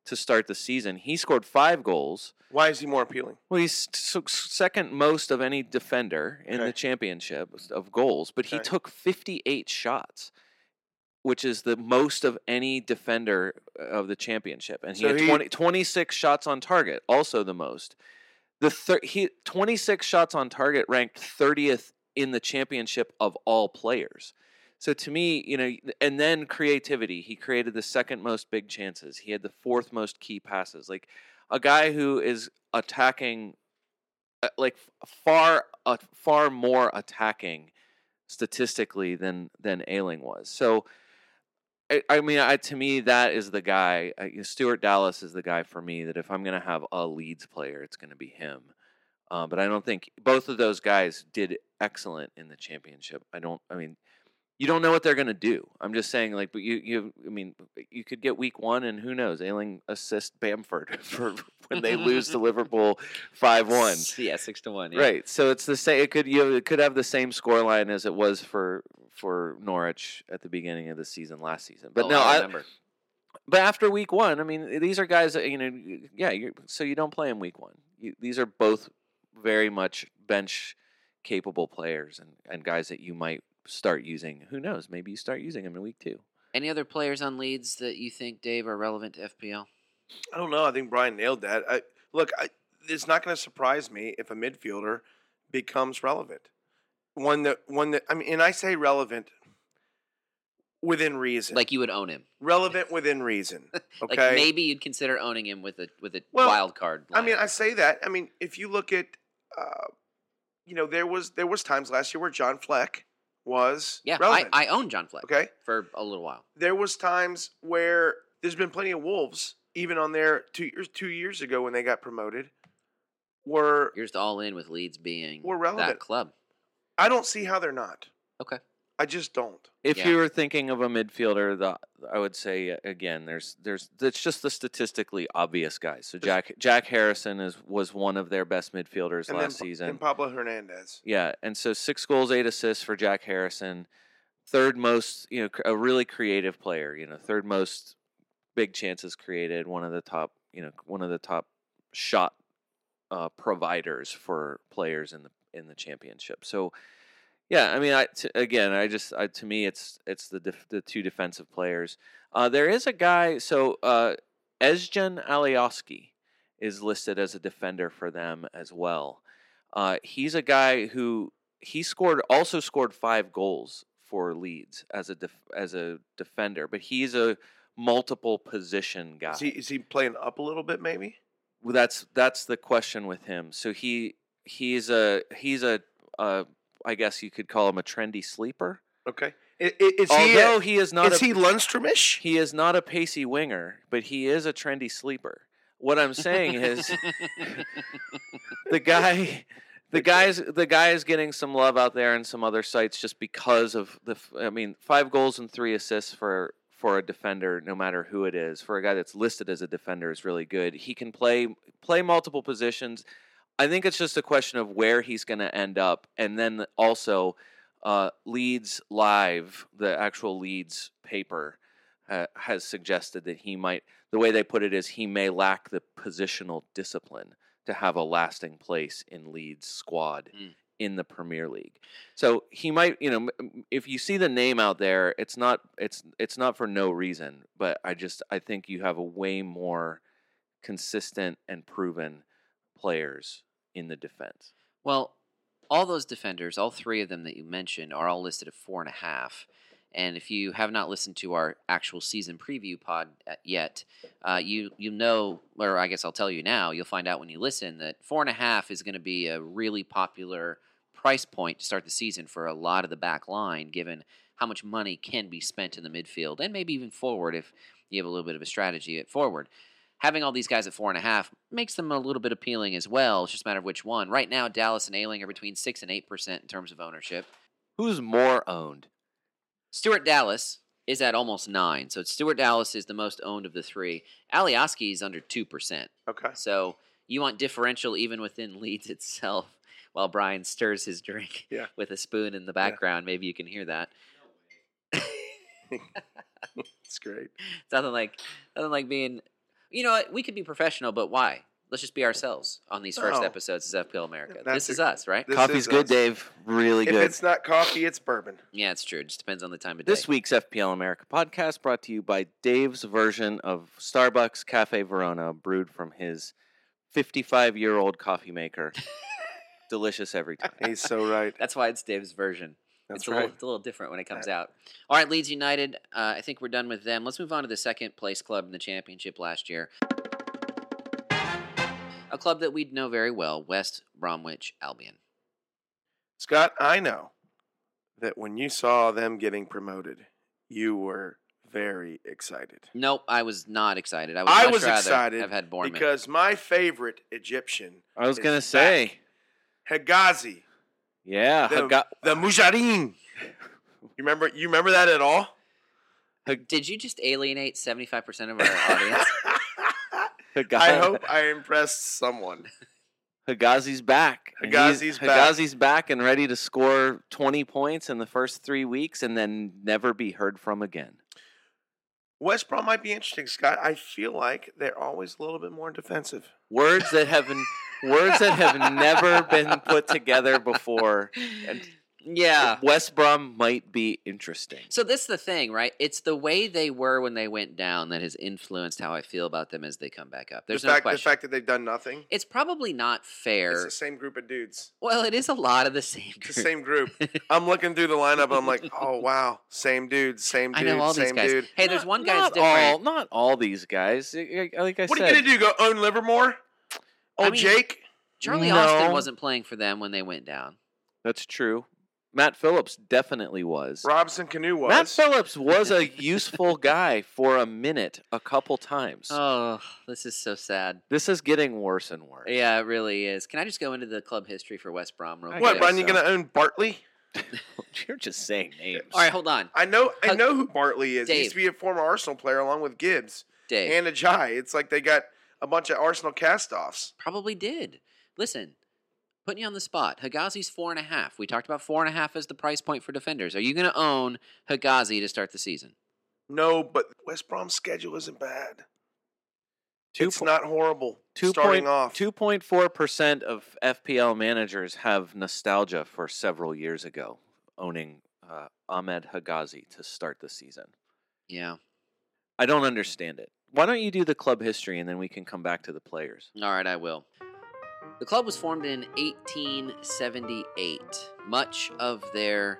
Speaker 4: to start the season. He scored five goals.
Speaker 2: Why is he more appealing?
Speaker 4: Well, he's s- s- second most of any defender in
Speaker 2: Okay.
Speaker 4: the championship s- of goals, but he
Speaker 2: Okay.
Speaker 4: took 58 shots, which is the most of any defender uh, of the championship. And he
Speaker 2: So
Speaker 4: had
Speaker 2: he-
Speaker 4: 20, 26 shots on target, also the most. The thir- he 26 shots on target ranked 30th in the championship of all players. So to me, you know, and then creativity. He created the second most big chances. He had the fourth most key passes. Like a guy who is attacking, uh, like f- far, uh, far more attacking statistically than than Ailing was. So, I, I mean, I, to me, that is the guy. Uh, Stuart Dallas is the guy for me. That if I'm going to have a Leeds player, it's going to be him. Um, but I don't think both of those guys did excellent in the championship. I don't. I mean, you don't know what they're going to do. I'm just saying, like, but you, you, I mean, you could get week one, and who knows? Ailing assist Bamford for when they lose to Liverpool five one.
Speaker 3: Yeah, six to one. yeah.
Speaker 4: Right. So it's the same. It could you know, it could have the same scoreline as it was for for Norwich at the beginning of the season last season. But
Speaker 3: Oh,
Speaker 4: no, I,
Speaker 3: remember.
Speaker 4: but after week one, I mean, these are guys that you know. y- Yeah, you're, so you don't play in week one. You, these are both very much bench capable players and and guys that you might start using. Who knows? Maybe you start using them in week two.
Speaker 3: Any other players on Leeds that you think Dave are relevant to FPL?
Speaker 2: I don't know. I think Brian nailed that. I, look, I, it's not going to surprise me if a midfielder becomes relevant. One that, one that, I mean, and I say relevant within reason,
Speaker 3: Like you would own him.
Speaker 2: relevant within reason. Okay,
Speaker 3: Like maybe you'd consider owning him with a with a
Speaker 2: Well,
Speaker 3: wild card.
Speaker 2: I mean,
Speaker 3: lineup.
Speaker 2: I say that. I mean, if you look at, uh, you know, there was there was times last year where John Fleck was
Speaker 3: yeah, I,
Speaker 2: relevant.
Speaker 3: I own John Fleck
Speaker 2: okay,
Speaker 3: for a little while.
Speaker 2: there was times where there's been plenty of Wolves, even on their two years two years ago when they got promoted, were
Speaker 3: You're just all in with Leeds being
Speaker 2: We're
Speaker 3: that
Speaker 2: relevant.
Speaker 3: club.
Speaker 2: I don't see how they're not.
Speaker 3: Okay.
Speaker 2: I just don't.
Speaker 4: If
Speaker 3: Yeah.
Speaker 4: you were thinking of a midfielder, the, I would say uh, again, there's there's it's just the statistically obvious guys. So Jack Jack Harrison is was one of their best midfielders
Speaker 2: And then
Speaker 4: last
Speaker 2: Pa-
Speaker 4: season.
Speaker 2: And Pablo Hernandez.
Speaker 4: Yeah, and so six goals, eight assists for Jack Harrison, third most, you know, cr- a really creative player. You know, third most big chances created, one of the top, you know, one of the top shot uh, providers for players in the in the championship. So, yeah, I mean, I t- again, I just I, to me, it's it's the def- the two defensive players. Uh, there is a guy, so uh, Ezgen Alioski is listed as a defender for them as well. Uh, he's a guy who he scored also scored five goals for Leeds as a def- as a defender, but he's a multiple position guy.
Speaker 2: Is he is he playing up a little bit maybe?
Speaker 4: Well, that's that's the question with him. So he he's a he's a uh, I guess you could call him a trendy sleeper.
Speaker 2: Okay. I- I- Is he
Speaker 4: Although
Speaker 2: a,
Speaker 4: he, is not
Speaker 2: is
Speaker 4: a,
Speaker 2: he Lundstromish?
Speaker 4: he is not a pacey winger, but he is a trendy sleeper. What I'm saying is the guy the guys the guy is getting some love out there and some other sites just because of the f- I mean five goals and three assists for for a defender no matter who it is for a guy that's listed as a defender is really good he can play play multiple positions I think it's just a question of where he's going to end up and then also uh, Leeds Live the actual Leeds paper uh, has suggested that he might the way they put it is he may lack the positional discipline to have a lasting place in Leeds squad
Speaker 3: Mm.
Speaker 4: in the Premier League. So he might, you know, m- m- if you see the name out there, it's not it's it's not for no reason, but I just I think you have a way more consistent and proven players in the defense.
Speaker 3: Well, all those defenders, all three of them that you mentioned, are all listed at four and a half. And if you have not listened to our actual season preview pod uh, yet, uh, you you know, or I guess I'll tell you now. You'll find out when you listen that four and a half is going to be a really popular price point to start the season for a lot of the back line, given how much money can be spent in the midfield and maybe even forward if you have a little bit of a strategy at forward having all these guys at four and a half makes them a little bit appealing as well. It's just a matter of which one. Right now, Dallas and Ailing are between six and eight percent in terms of ownership.
Speaker 4: Who's more owned?
Speaker 3: Stuart Dallas is at almost nine, so Stuart Dallas is the most owned of the three. Alioski is under two percent.
Speaker 2: Okay.
Speaker 3: So you want differential even within Leeds itself. While Brian stirs his drink
Speaker 2: Yeah.
Speaker 3: with a spoon in the background, maybe you can hear that.
Speaker 2: That's great.
Speaker 3: It's nothing like nothing like being you know what, we could be professional, but why? Let's just be ourselves on these first
Speaker 2: No.
Speaker 3: episodes of FPL America.
Speaker 2: Oh. That's
Speaker 3: this is
Speaker 2: a-
Speaker 3: us, right?
Speaker 2: This
Speaker 4: Coffee's
Speaker 2: is
Speaker 4: good,
Speaker 2: us.
Speaker 4: Dave. Really
Speaker 2: If
Speaker 4: good.
Speaker 2: it's not coffee, it's bourbon.
Speaker 3: yeah, it's true. It just depends on the time of day.
Speaker 4: This week's FPL America podcast brought to you by Dave's version of Starbucks Cafe Verona, brewed from his 55 year old coffee maker. Delicious every time.
Speaker 2: He's so right.
Speaker 3: That's why it's Dave's version.
Speaker 2: That's
Speaker 3: it's, a
Speaker 2: right.
Speaker 3: little, it's a little different when it comes out. All right, Leeds United. Uh, I think we're done with them. Let's move on to the second place club in the championship last year. A club that we know very well, West Bromwich Albion.
Speaker 2: Scott, I know that when you saw them getting promoted, you were very excited.
Speaker 3: Nope, I was not excited. I, would
Speaker 2: I
Speaker 3: much
Speaker 2: was
Speaker 3: rather
Speaker 2: excited
Speaker 3: Have had Bournemouth.
Speaker 2: Because my favorite Egyptian,
Speaker 4: I was
Speaker 2: It's
Speaker 4: going to
Speaker 2: back.
Speaker 4: say,
Speaker 2: Hegazi,
Speaker 4: yeah,
Speaker 2: the,
Speaker 4: Haga-
Speaker 2: the Mujarin. You remember you remember that at all?
Speaker 3: Did you just alienate seventy five percent of our audience?
Speaker 2: I hope I impressed someone.
Speaker 4: Higazi's back. and he's-
Speaker 2: Higazi's back.
Speaker 4: Higazi's back and ready to score 20 points in the first three weeks and then never be heard from again.
Speaker 2: West Brom might be interesting, Scott. I feel like they're always a little bit more defensive.
Speaker 4: Words that have been, words that have never been put together before. And-
Speaker 3: yeah.
Speaker 4: West Brom might be interesting.
Speaker 3: So this is the thing, right? It's the way they were when they went down that has influenced how I feel about them as they come back up. There's
Speaker 2: the
Speaker 3: no
Speaker 2: fact,
Speaker 3: question.
Speaker 2: The fact that they've done nothing.
Speaker 3: it's probably not
Speaker 2: It's
Speaker 3: fair.
Speaker 2: the same group of dudes.
Speaker 3: well, it is a lot of the same.
Speaker 2: It's the
Speaker 3: group.
Speaker 2: same group. I'm looking through the lineup and I'm like, oh wow, same dude, same
Speaker 3: I
Speaker 2: dude,
Speaker 3: know all
Speaker 2: same
Speaker 3: these guys.
Speaker 2: dude.
Speaker 3: Hey, there's one guy
Speaker 4: not
Speaker 3: that's different.
Speaker 4: All, not all these guys. I- I- Like I
Speaker 2: What
Speaker 4: said,
Speaker 2: are you gonna do? Go own Livermore? Oh
Speaker 3: I mean-
Speaker 2: Jake?
Speaker 3: Charlie Austin
Speaker 4: No.
Speaker 3: wasn't playing for them when they went down.
Speaker 4: That's true. Matt Phillips definitely was.
Speaker 2: Robinson Canoe was.
Speaker 4: Matt Phillips was a useful guy for a minute, a couple times.
Speaker 3: Oh, this is so sad.
Speaker 4: this is getting worse and worse.
Speaker 3: Yeah, it really is. Can I just go into the club history for West Brom
Speaker 4: I
Speaker 3: real quick?
Speaker 2: what,
Speaker 4: guess
Speaker 2: Brian? You
Speaker 4: so.
Speaker 2: gonna own Bartley?
Speaker 4: You're just saying names.
Speaker 3: All right, hold on.
Speaker 2: I know, I
Speaker 3: Hug-
Speaker 2: know who Bartley is. He used
Speaker 3: Dave.
Speaker 2: to be a former Arsenal player along with Gibbs
Speaker 3: Dave
Speaker 2: and Ajay. It's like they got a bunch of Arsenal cast-offs.
Speaker 3: probably did. Listen, putting you on the spot. Higazi's four and a half. We talked about four and a half as the price point for defenders. Are you going to own Higazi to start the season?
Speaker 2: No, but West Brom's schedule isn't bad.
Speaker 4: Two
Speaker 2: it's
Speaker 4: po-
Speaker 2: not horrible.
Speaker 4: Two
Speaker 2: starting
Speaker 4: point-
Speaker 2: off.
Speaker 4: 2.4% of FPL managers have nostalgia for several years ago owning uh, Ahmed Hagazi to start the season.
Speaker 3: Yeah.
Speaker 4: I don't understand it. Why don't you do the club history and then we can come back to the players?
Speaker 3: All right, I will. The club was formed in 1878. Much of their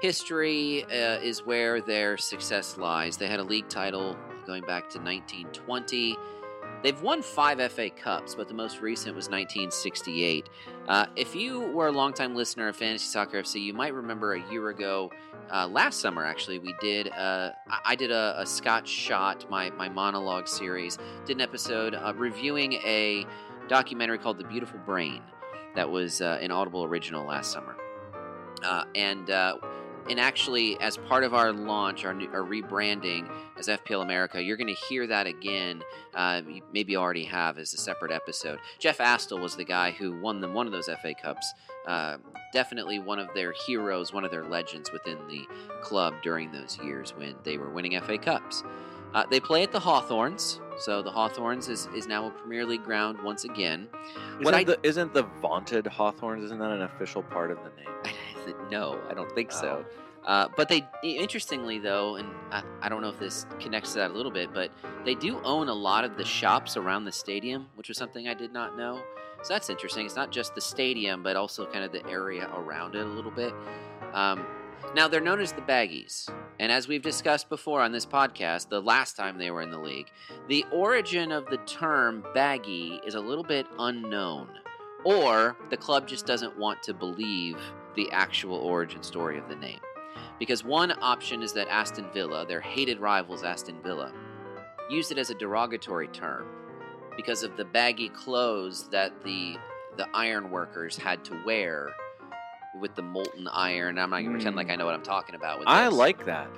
Speaker 3: history uh, is where their success lies. They had a league title going back to 1920. They've won five FA Cups, but the most recent was 1968. Uh, if you were a longtime listener of Fantasy Soccer FC, you might remember a year ago, uh, last summer actually, we did uh, I I did a, a Scott Shot, my my monologue series, did an episode uh, reviewing a documentary called The Beautiful Brain that was uh, an Audible original last summer, uh, and. Uh, and actually, as part of our launch, our, new, our rebranding as FPL America, you're going to hear that again uh, you maybe already have as a separate episode. Jeff Astle was the guy who won them one of those FA Cups. Uh, definitely one of their heroes, one of their legends within the club during those years when they were winning FA Cups. Uh, they play at the Hawthorns, so the Hawthorns is, is now a Premier League ground once again.
Speaker 4: Isn't,
Speaker 3: I-
Speaker 4: the, isn't the vaunted Hawthorns, isn't that an official part of the name? Oh,
Speaker 3: no, I don't think so. Uh, but they, interestingly though, and I, I don't know if this connects to that a little bit, but they do own a lot of the shops around the stadium, which was something I did not know. So that's interesting. It's not just the stadium, but also kind of the area around it a little bit. Um, now they're known as the Baggies, and as we've discussed before on this podcast, the last time they were in the league, the origin of the term baggy is a little bit unknown, or the club just doesn't want to believe the actual origin story of the name. Because one option is that Aston Villa, their hated rivals Aston Villa, used it as a derogatory term because of the baggy clothes that the the iron workers had to wear with the molten iron. I'm not gonna pretend
Speaker 4: Hmm.
Speaker 3: like I know what I'm talking about with
Speaker 4: I
Speaker 3: this.
Speaker 4: like that.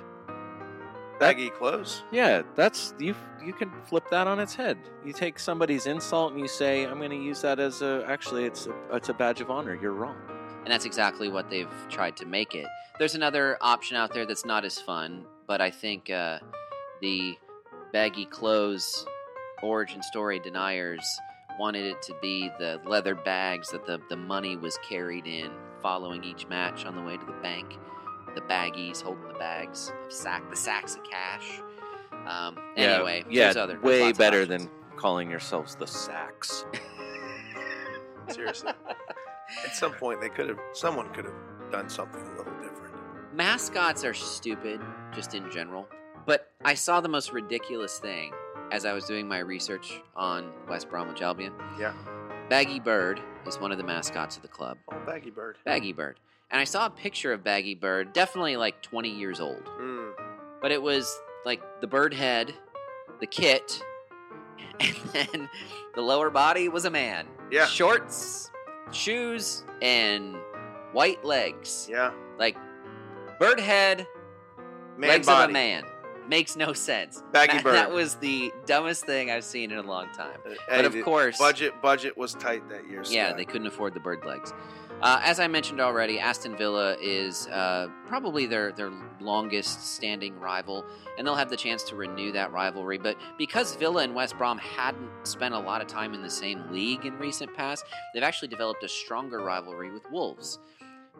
Speaker 2: Baggy clothes.
Speaker 4: Yeah, that's you. You can flip that on its head. You take somebody's insult and you say, "I'm going to use that as a." Actually, it's a, it's a badge of honor. You're wrong.
Speaker 3: and that's exactly what they've tried to make it. There's another option out there that's not as fun, but I think uh, the baggy clothes origin story deniers wanted it to be the leather bags that the, the money was carried in following each match on the way to the bank. The baggies holding the bags of sack, the sacks of cash. Um, anyway,
Speaker 4: yeah,
Speaker 3: there's other, there's
Speaker 4: way
Speaker 3: lots of
Speaker 4: better
Speaker 3: options.
Speaker 4: than calling yourselves the sacks.
Speaker 2: Seriously. At some point, they could have. Someone could have done something a little different.
Speaker 3: Mascots are stupid, just in general. But I saw the most ridiculous thing as I was doing my research on West Bromwich Albion.
Speaker 2: Yeah.
Speaker 3: Baggy Bird is one of the mascots of the club.
Speaker 2: Oh, Baggy Bird.
Speaker 3: Baggy Bird. And I saw a picture of Baggy Bird, definitely like 20 years old.
Speaker 2: Mm.
Speaker 3: But it was like the bird head, the kit, and then the lower body was a man.
Speaker 2: Yeah.
Speaker 3: Shorts, shoes, and white legs.
Speaker 2: Yeah.
Speaker 3: Like bird head,
Speaker 2: Man
Speaker 3: legs
Speaker 2: body.
Speaker 3: of a man.
Speaker 2: Man,
Speaker 3: makes no sense.
Speaker 2: Baggy
Speaker 3: that,
Speaker 2: bird.
Speaker 3: that was the dumbest thing I've seen in a long time.
Speaker 2: Uh,
Speaker 3: But
Speaker 2: hey,
Speaker 3: of
Speaker 2: the
Speaker 3: course,
Speaker 2: budget budget was tight that year.
Speaker 3: yeah,
Speaker 2: Scott.
Speaker 3: they couldn't afford the bird legs. Uh, as I mentioned already, Aston Villa is uh, probably their their longest standing rival, and they'll have the chance to renew that rivalry. But because Villa and West Brom hadn't spent a lot of time in the same league in recent past, they've actually developed a stronger rivalry with Wolves,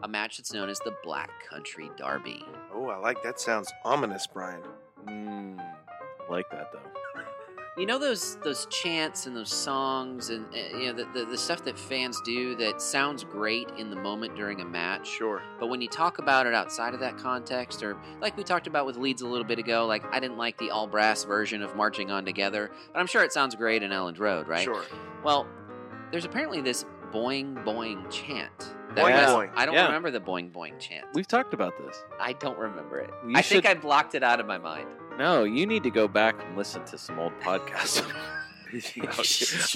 Speaker 3: a match that's known as the Black Country Derby.
Speaker 2: Oh, I like that. Sounds ominous, Brian.
Speaker 4: Mm, I like that though.
Speaker 3: You know those those chants and those songs and uh, you know the, the the stuff that fans do that sounds great in the moment during a match.
Speaker 2: Sure.
Speaker 3: But when you talk about it outside of that context, or like we talked about with Leeds a little bit ago, like I didn't like the all brass version of Marching On Together, but I'm sure it sounds great in Elland Road, right?
Speaker 2: Sure.
Speaker 3: Well, there's apparently this boing boing chant.
Speaker 2: Boing
Speaker 3: was-
Speaker 2: boing,
Speaker 3: I don't
Speaker 4: yeah.
Speaker 3: remember the boing boing chant.
Speaker 4: We've talked about this.
Speaker 3: I don't remember it.
Speaker 4: You
Speaker 3: I
Speaker 4: should-
Speaker 3: think I blocked it out of my mind.
Speaker 4: No, you need to go back and listen to some old podcasts.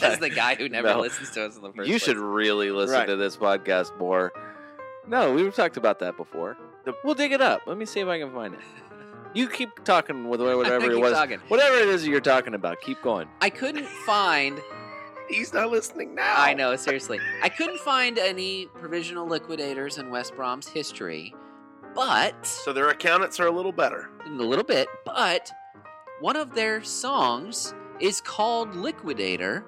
Speaker 3: As the guy who never
Speaker 4: Oh, No.
Speaker 3: listens to us in the first
Speaker 4: you
Speaker 3: place.
Speaker 4: should really listen
Speaker 2: Right.
Speaker 4: to this podcast more. No, we've talked about that before.
Speaker 2: The-
Speaker 4: We'll dig it up. Let me see if I can find it. You keep talking with
Speaker 3: I'm gonna
Speaker 4: whatever it
Speaker 3: keep
Speaker 4: was.
Speaker 3: talking.
Speaker 4: Whatever it is you're talking about, keep going.
Speaker 3: I couldn't find
Speaker 2: He's not listening now.
Speaker 3: I know, seriously. I couldn't find any provisional liquidators in West Brom's history, but
Speaker 2: So their accountants are a little better.
Speaker 3: in a little bit, but one of their songs is called Liquidator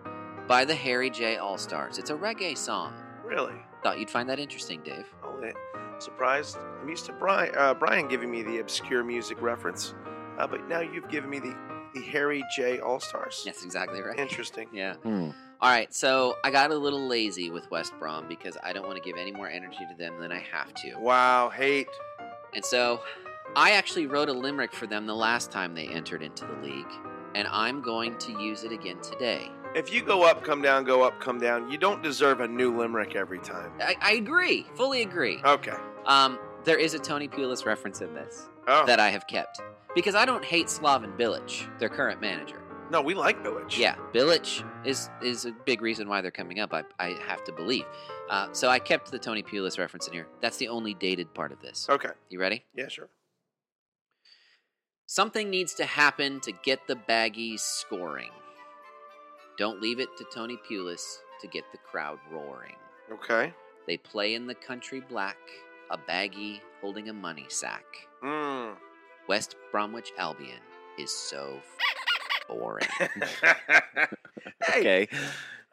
Speaker 3: by the Harry J All Stars. It's a reggae song.
Speaker 2: Really?
Speaker 3: Thought you'd find that interesting, Dave.
Speaker 2: Oh, eh, surprised. I'm used to Brian, uh, Brian giving me the obscure music reference, uh, but now you've given me the, the Harry J. All Stars.
Speaker 3: That's exactly right.
Speaker 2: Interesting.
Speaker 3: Yeah.
Speaker 4: Hmm.
Speaker 3: All right, so I got a little lazy with West Brom because I don't want to give any more energy to them than I have to.
Speaker 2: Wow, hate.
Speaker 3: And so I actually wrote a limerick for them the last time they entered into the league, and I'm going to use it again today.
Speaker 2: If you go up, come down, go up, come down, you don't deserve a new limerick every time.
Speaker 3: I, I agree, fully agree.
Speaker 2: Okay.
Speaker 3: Um, there is a Tony Pulis reference in this
Speaker 2: Oh,
Speaker 3: that I have kept because I don't hate Slaven Bilic, their current manager.
Speaker 2: no, we like Village.
Speaker 3: Yeah, Bilic is is a big reason why they're coming up. I, I have to believe. Uh, so I kept the Tony Pulis reference in here. That's the only dated part of this.
Speaker 2: Okay.
Speaker 3: You ready?
Speaker 2: Yeah, sure.
Speaker 3: Something needs to happen to get the baggies scoring. Don't leave it to Tony Pulis to get the crowd roaring.
Speaker 2: Okay.
Speaker 3: They play in the country black, a baggie holding a money sack.
Speaker 2: Mm.
Speaker 3: West Bromwich Albion is so f- boring.
Speaker 2: Hey,
Speaker 4: Okay.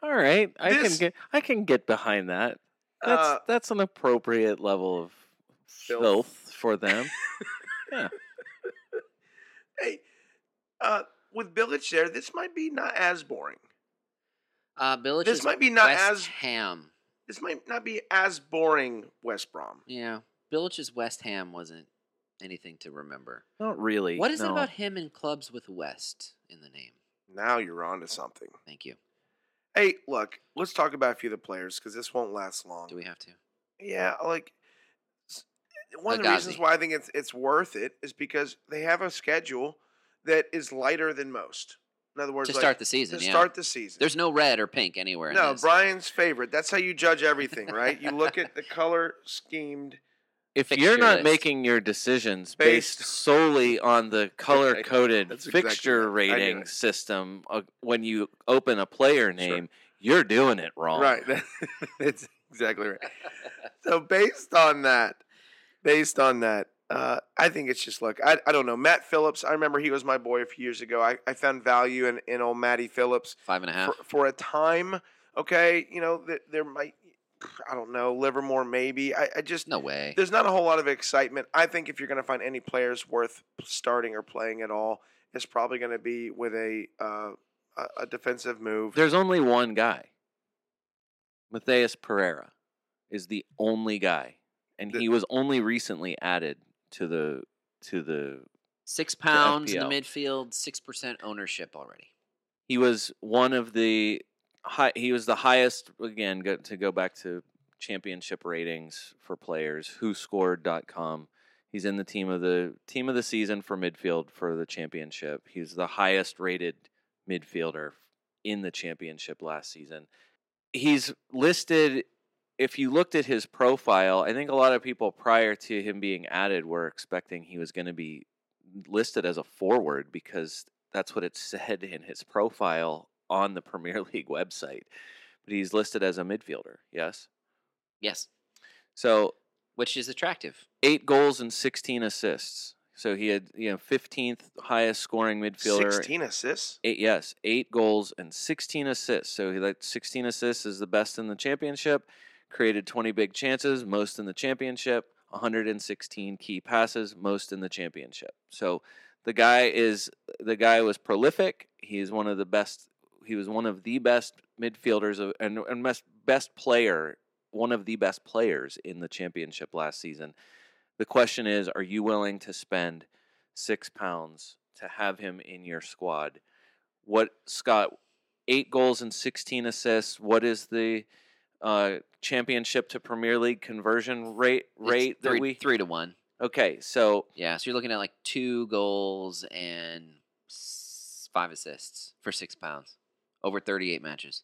Speaker 4: All right. I
Speaker 2: This-
Speaker 4: can get I can get behind that. That's
Speaker 2: Uh,
Speaker 4: that's an appropriate level of filth,
Speaker 2: Filth.
Speaker 4: for them.
Speaker 2: Hey, uh, with Village there, this might be not as boring.
Speaker 3: Uh, Billich
Speaker 2: This
Speaker 3: is
Speaker 2: might be not
Speaker 3: West
Speaker 2: as-
Speaker 3: Ham.
Speaker 2: This might not be as boring, West Brom.
Speaker 3: Yeah, Billich's West Ham wasn't anything to remember.
Speaker 4: Not really.
Speaker 3: What is it
Speaker 4: no.
Speaker 3: about him and clubs with West in the name?
Speaker 2: Now you're on to something.
Speaker 3: Thank you.
Speaker 2: Hey, look, let's talk about a few of the players because this won't last long.
Speaker 3: Do we have to?
Speaker 2: Yeah, like s- one of the reasons
Speaker 3: Fugazi.
Speaker 2: why I think it's it's worth it is because they have a schedule that is lighter than most. In other words,
Speaker 3: To
Speaker 2: like,
Speaker 3: start the season,
Speaker 2: to
Speaker 3: yeah.
Speaker 2: start the season.
Speaker 3: There's no red or pink anywhere. in
Speaker 2: no
Speaker 3: this.
Speaker 2: Brian's favorite. That's how you judge everything, right? you look at the color schemed.
Speaker 4: If you're not
Speaker 3: fixture list.
Speaker 4: making your decisions
Speaker 2: Based-
Speaker 4: based, solely on the color coded
Speaker 2: That's exactly
Speaker 4: fixture
Speaker 2: right. I knew
Speaker 4: rating
Speaker 2: it.
Speaker 4: system uh, when you open a player name, you're doing it wrong.
Speaker 2: Right. That's exactly right. so based on that, based on that, uh, I think it's just look. I, I don't know. Matt Phillips. I remember he was my boy a few years ago. I, I found value in, in old Matty Phillips
Speaker 3: Five and a half.
Speaker 2: for, for a time. Okay, you know there, there might I don't know Livermore maybe. I, I just
Speaker 3: No way.
Speaker 2: there's not a whole lot of excitement. I think if you're going to find any players worth starting or playing at all, it's probably going to be with a uh, a- a defensive move.
Speaker 4: There's only one guy. Matthias Pereira is the only guy, and
Speaker 2: The-
Speaker 4: he was only recently added to the to the.
Speaker 3: Six pounds in the
Speaker 4: FPL.
Speaker 3: midfield, six percent ownership already.
Speaker 4: He was one of the high. He was the highest again go, to go back to championship ratings for players. WhoScored.com. He's in the team of the team of the season for midfield for the championship. He's the highest rated midfielder in the championship last season. He's listed if you looked at his profile, I think a lot of people prior to him being added were expecting he was going to be listed as a forward because that's what it said in his profile on the Premier League website. But he's listed as a midfielder. Yes.
Speaker 3: Yes,
Speaker 4: So
Speaker 3: which is attractive.
Speaker 4: eight goals and sixteen assists. So he had you know fifteenth highest scoring midfielder.
Speaker 2: Sixteen assists.
Speaker 4: Eight, yes, eight goals and 16 assists. So he like 16 assists is the best in the championship. Created 20 big chances, most in the championship. 116 key passes, most in the championship. So the guy is the guy was prolific. He is one of the best. He was one of the best midfielders of, and and best best player, one of the best players in the championship last season. The question is, are you willing to spend six pounds to have him in your squad? What Scott? Eight goals and sixteen assists. What is the uh, championship to Premier League conversion rate
Speaker 3: It's
Speaker 4: rate
Speaker 3: three,
Speaker 4: that we?
Speaker 3: three to one.
Speaker 4: Okay, so
Speaker 3: Yeah, so you're looking at like two goals and s- five assists for six pounds over 38 matches.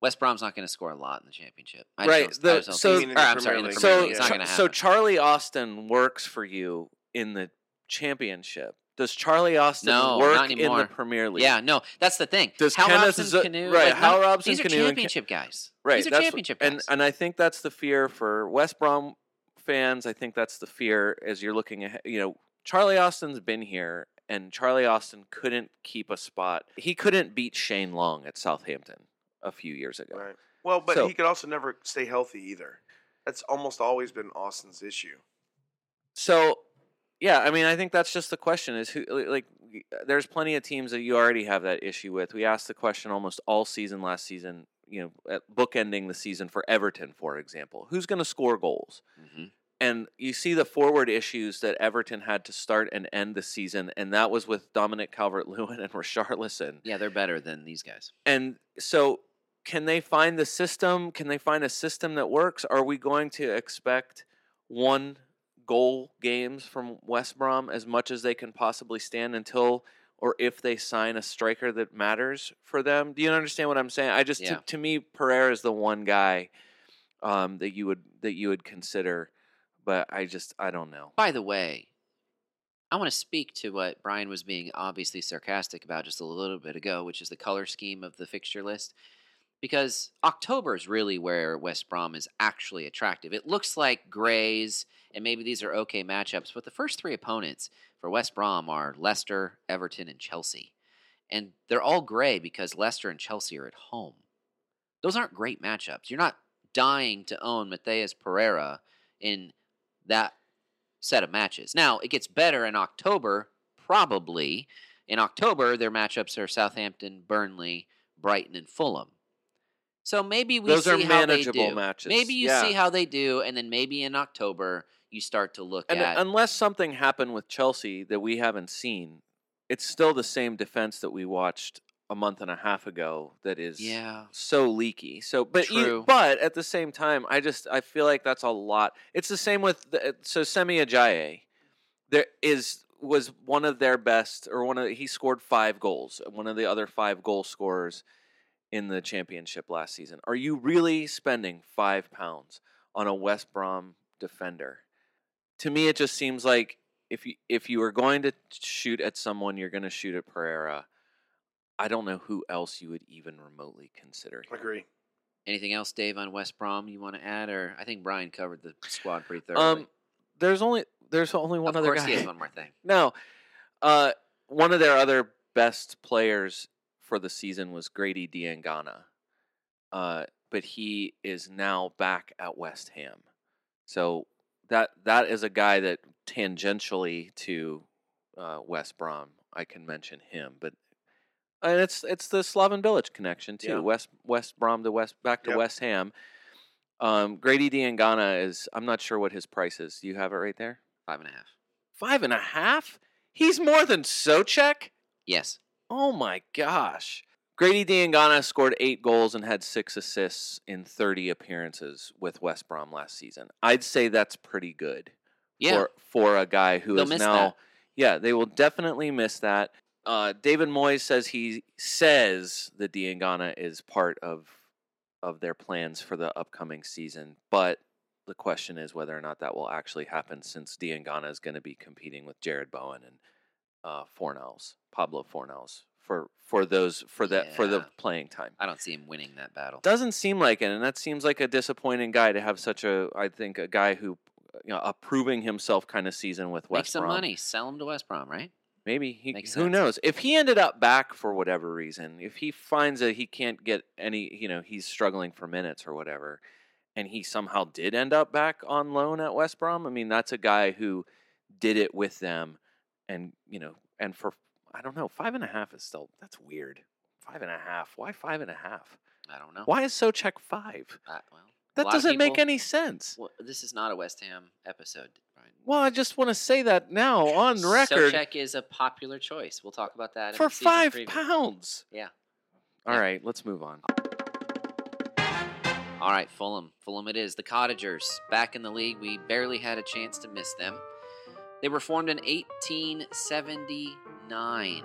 Speaker 3: West Brom's not going to score a lot in the championship. I just
Speaker 4: Right,
Speaker 3: don't- I
Speaker 4: the-
Speaker 3: just don't
Speaker 4: so-
Speaker 3: think-
Speaker 2: You mean in the
Speaker 3: or, I'm sorry, in the
Speaker 2: Premier
Speaker 3: Premier
Speaker 4: so
Speaker 3: League, it's not
Speaker 4: Char-
Speaker 3: going to happen.
Speaker 4: so Charlie Austin works for you in the championship. Does Charlie Austin
Speaker 3: No, not
Speaker 4: work in
Speaker 3: anymore.
Speaker 4: the Premier League?
Speaker 3: yeah, no, that's the thing.
Speaker 4: Does
Speaker 3: Hal
Speaker 4: Kenneth
Speaker 3: Robson
Speaker 4: Zo-
Speaker 3: Canoe,
Speaker 4: right,
Speaker 3: like,
Speaker 4: Hal
Speaker 3: none-
Speaker 4: Robson
Speaker 3: these are
Speaker 4: Canoe and Ken-
Speaker 3: championship guys.
Speaker 4: Right.
Speaker 3: these are
Speaker 4: that's what-
Speaker 3: championship
Speaker 4: and
Speaker 3: guys.
Speaker 4: and I think that's the fear for West Brom fans. I think that's the fear as you're looking ahead. You know, Charlie Austin's been here, and Charlie Austin couldn't keep a spot. He couldn't beat Shane Long at Southampton a few years ago.
Speaker 2: Right. Well, but
Speaker 4: So-
Speaker 2: he could also never stay healthy either. That's almost always been Austin's issue.
Speaker 4: So, yeah, I mean, I think that's just the question is who, li- like, y- there's plenty of teams that you already have that issue with. We asked the question almost all season last season, you know, at bookending the season for Everton, for example. Who's going to score goals?
Speaker 3: Mhm.
Speaker 4: And you see the forward issues that Everton had to start and end the season, and that was with Dominic Calvert Lewin and Richarlison
Speaker 3: Yeah, they're better than these guys.
Speaker 4: and so can they find the system can they find a system that works are we going to expect one goal games from west brom as much as they can possibly stand until or if they sign a striker that matters for them do you understand what i'm saying i just
Speaker 3: Yeah.
Speaker 4: to, to me pereira is the one guy um, that you would that you would consider but i just i don't know
Speaker 3: By the way, I want to speak to what Brian was being obviously sarcastic about just a little bit ago, which is the color scheme of the fixture list. Because October is really where West Brom is actually attractive. It looks like grays, and maybe these are okay matchups, but the first three opponents for West Brom are Leicester, Everton, and Chelsea. And they're all gray because Leicester and Chelsea are at home. Those aren't great matchups. You're not dying to own Mateus Pereira in that set of matches. Now, it gets better in October, probably. In October, their matchups are Southampton, Burnley, Brighton, and Fulham. So maybe we
Speaker 4: those
Speaker 3: see
Speaker 4: are
Speaker 3: how they
Speaker 4: manageable
Speaker 3: do.
Speaker 4: matches
Speaker 3: Maybe you
Speaker 4: Yeah.
Speaker 3: see how they do, and then maybe in October you start to look
Speaker 4: And
Speaker 3: at.
Speaker 4: unless something happened with Chelsea that we haven't seen, it's still the same defense that we watched a month and a half ago that is
Speaker 3: yeah,
Speaker 4: so leaky. So but you-
Speaker 3: True.
Speaker 4: but at the same time, I just I feel like that's a lot. It's the same with the, uh, so Semi Ajayi there is was one of their best or one of he scored 5 goals, one of the other 5 goal scorers in the championship last season. Are you really spending 5 pounds on a West Brom defender? To me it just seems like if you if you are going to shoot at someone, you're going to shoot at Pereira. I don't know who else you would even remotely consider. here.
Speaker 2: Agree.
Speaker 3: anything else, Dave, on West Brom you want to add, or I think Brian covered the squad pretty thoroughly.
Speaker 4: Um, there's only there's only one
Speaker 3: of
Speaker 4: other
Speaker 3: course,
Speaker 4: guy.
Speaker 3: he has one more thing.
Speaker 4: No, uh, one of their other best players for the season was Grady Diangana, uh, but he is now back at West Ham. So that that is a guy that tangentially to uh, West Brom, I can mention him, but. And it's it's the Slaven Bilic connection too.
Speaker 2: Yeah.
Speaker 4: West West Brom to West back to
Speaker 2: Yep.
Speaker 4: West Ham. Um, Grady Diangana is I'm not sure what his price is. Do you have it right there?
Speaker 3: Five and a half.
Speaker 4: Five and a half? He's more than Socek?
Speaker 3: Yes.
Speaker 4: Oh my gosh. Grady Diangana scored eight goals and had six assists in 30 appearances with West Brom last season. I'd say that's pretty good
Speaker 3: Yeah.
Speaker 4: for, for a guy who
Speaker 3: They'll
Speaker 4: is
Speaker 3: miss
Speaker 4: now.
Speaker 3: that.
Speaker 4: Yeah, they will definitely miss that. Uh, David Moyes says he says that Diangana is part of of their plans for the upcoming season, but the question is whether or not that will actually happen since Diangana is going to be competing with Jared Bowen and uh, Fornals, Pablo Fornals for for those for that for the
Speaker 3: Yeah.
Speaker 4: playing time.
Speaker 3: I don't see him winning that battle.
Speaker 4: Doesn't seem like it, and that seems like a disappointing guy to have such a. I think a guy who, you know, a proving himself kind of season with West
Speaker 3: Make some
Speaker 4: Brom.
Speaker 3: money. Sell him to West Brom, right?
Speaker 4: Maybe he.
Speaker 3: Makes
Speaker 4: who
Speaker 3: sense.
Speaker 4: knows? If he ended up back for whatever reason, if he finds that he can't get any, you know, he's struggling for minutes or whatever, and he somehow did end up back on loan at West Brom. I mean, that's a guy who did it with them, and you know, and for I don't know, five and a half is still that's weird. Five and a half. Why five and a half?
Speaker 3: I don't know.
Speaker 4: Why is Socek five?
Speaker 3: Uh, well, a
Speaker 4: That
Speaker 3: lot of
Speaker 4: doesn't make
Speaker 3: people-
Speaker 4: any sense.
Speaker 3: Well, this is not a West Ham episode, Brian.
Speaker 4: Well, I just want to say that now on record
Speaker 3: Socek is a popular choice. We'll talk about that in
Speaker 4: for
Speaker 3: the season
Speaker 4: five
Speaker 3: preview.
Speaker 4: pounds.
Speaker 3: Yeah.
Speaker 4: All
Speaker 3: Yeah.
Speaker 4: right, let's move on.
Speaker 3: All right, Fulham. Fulham it is. The Cottagers back in the league. We barely had a chance to miss them. They were formed in 1879.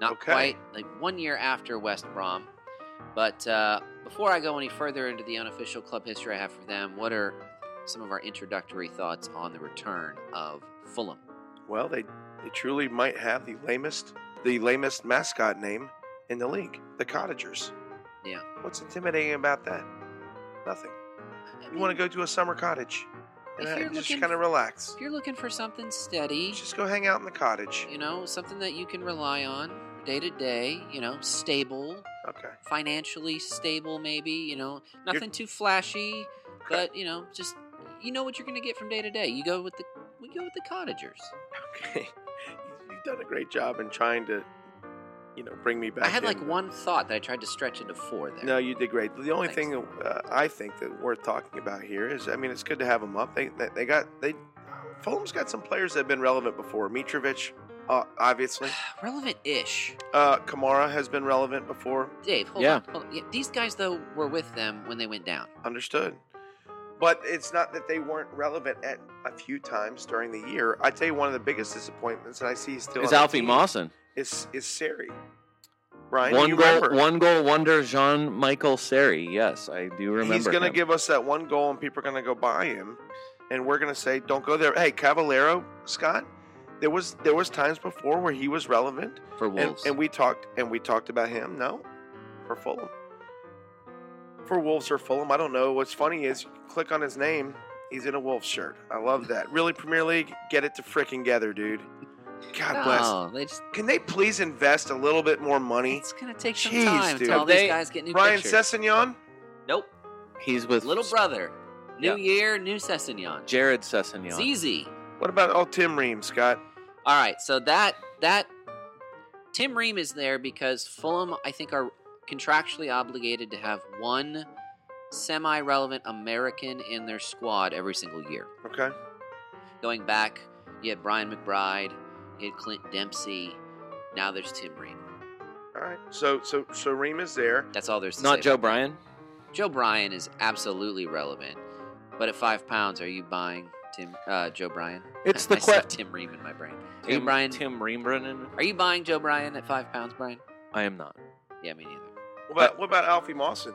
Speaker 3: Not
Speaker 2: Okay.
Speaker 3: quite like one year after West Brom. But uh, before I go any further into the unofficial club history I have for them, what are some of our introductory thoughts on the return of Fulham?
Speaker 2: Well, they they truly might have the lamest the lamest mascot name in the league, the Cottagers.
Speaker 3: Yeah.
Speaker 2: What's intimidating about that? Nothing. You want to go to a summer cottage and
Speaker 3: If
Speaker 2: ha-
Speaker 3: you're
Speaker 2: just
Speaker 3: looking-
Speaker 2: kind of relax.
Speaker 3: If you're looking for something steady,
Speaker 2: Just go hang out in the cottage.
Speaker 3: you know, something that you can rely on day to day, you know, stable,
Speaker 2: Okay.
Speaker 3: financially stable maybe you know
Speaker 2: You're-
Speaker 3: nothing too flashy
Speaker 2: Okay.
Speaker 3: but you know just you know what you're gonna get from day to day you go with the we go with the cottagers
Speaker 2: okay. You've done a great job in trying to, you know, bring me back.
Speaker 3: i had like
Speaker 2: in.
Speaker 3: one thought that i tried to stretch into four there
Speaker 2: No, you did great. The only thing
Speaker 3: Thanks.
Speaker 2: that, uh, I think that worth talking about here is, I mean, it's good to have them up. They they, they got they, Fulham's got some players that have been relevant before. Mitrovic, uh, obviously.
Speaker 3: relevant ish
Speaker 2: Uh, Kamara has been relevant before.
Speaker 3: dave hold
Speaker 4: Yeah.
Speaker 3: on, hold on. Yeah, these guys though were with them when they went down
Speaker 2: Understood. But it's not that they weren't relevant at a few times during the year. I tell you, one of the biggest disappointments, and I see still
Speaker 4: Is
Speaker 2: on the
Speaker 4: Alfie
Speaker 2: team,
Speaker 4: Mawson.
Speaker 2: is is Sari. Brian, do
Speaker 4: One
Speaker 2: you
Speaker 4: goal,
Speaker 2: remember?
Speaker 4: one goal wonder Jean Michael Seri. Yes, I do remember.
Speaker 2: He's going to
Speaker 4: him.
Speaker 2: give us that one goal, and people are going to go buy him, and we're going to say, "Don't go there." Hey, Cavallero, Scott, there was there was times before where he was relevant,
Speaker 3: for
Speaker 2: and,
Speaker 3: wolves
Speaker 2: and we talked and we talked about him. No, for Fulham, for Wolves or Fulham, I don't know. What's funny is you click on his name. He's in a Wolves shirt. I love that. Really, Premier League, get it to frickin' gather, dude. God bless.
Speaker 3: no, they just
Speaker 2: Can they please invest a little bit more money?
Speaker 3: Oh. it's gonna take some
Speaker 2: Jeez,
Speaker 3: time
Speaker 2: dude.
Speaker 3: until all
Speaker 4: They-
Speaker 3: these guys get new
Speaker 2: Ryan
Speaker 3: pictures
Speaker 2: Sessegnon,
Speaker 3: nope
Speaker 4: He's with
Speaker 3: little
Speaker 4: S-
Speaker 3: brother new
Speaker 4: Yeah.
Speaker 3: year new sessignon
Speaker 4: Jared Sessegnon.
Speaker 3: Zizi.
Speaker 2: What about old Tim Ream, Scott?
Speaker 3: All right, so that that Tim Ream is there because Fulham, I think, are contractually obligated to have one semi-relevant American in their squad every single year.
Speaker 2: Okay.
Speaker 3: Going back, you had Brian McBride, you had Clint Dempsey. Now there's Tim Ream.
Speaker 2: All right. So so so Reem is there.
Speaker 3: That's all there's to
Speaker 4: Not
Speaker 3: say.
Speaker 4: Joe Bryan.
Speaker 3: Joe Bryan is absolutely relevant, but at five pounds, are you buying Tim uh, Joe Bryan?
Speaker 4: It's the
Speaker 3: I said
Speaker 4: que-
Speaker 3: Tim Ream in my brain. Joe Bryan.
Speaker 4: Tim Reembrennen.
Speaker 3: Are you buying Joe Bryan at five pounds, Brian?
Speaker 4: I am not.
Speaker 3: Yeah, me neither.
Speaker 2: What about, what about Alfie Mawson?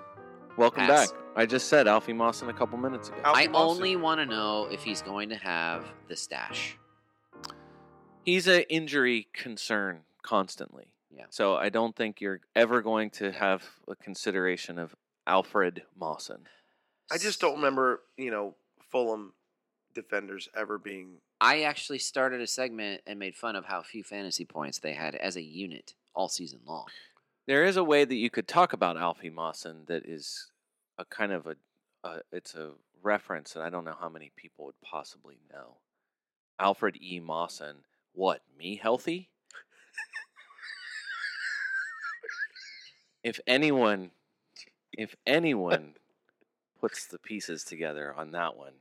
Speaker 4: Welcome
Speaker 3: Pass.
Speaker 4: back. I just said Alfie Mawson a couple minutes ago.
Speaker 2: Alfie
Speaker 3: I
Speaker 2: Mawson.
Speaker 3: only want to know if he's going to have the stash.
Speaker 4: He's an injury concern constantly.
Speaker 3: Yeah.
Speaker 4: So I don't think you're ever going to have a consideration of Alfred Mawson.
Speaker 2: I just don't remember, you know, Fulham defenders ever being
Speaker 3: I actually started a segment and made fun of how few fantasy points they had as a unit all season long.
Speaker 4: There is a way that you could talk about Alfie Mawson that is a kind of a, a it's a reference that I don't know how many people would possibly know. Alfred E. Mawson, what me healthy? if anyone, if anyone puts the pieces together on that one,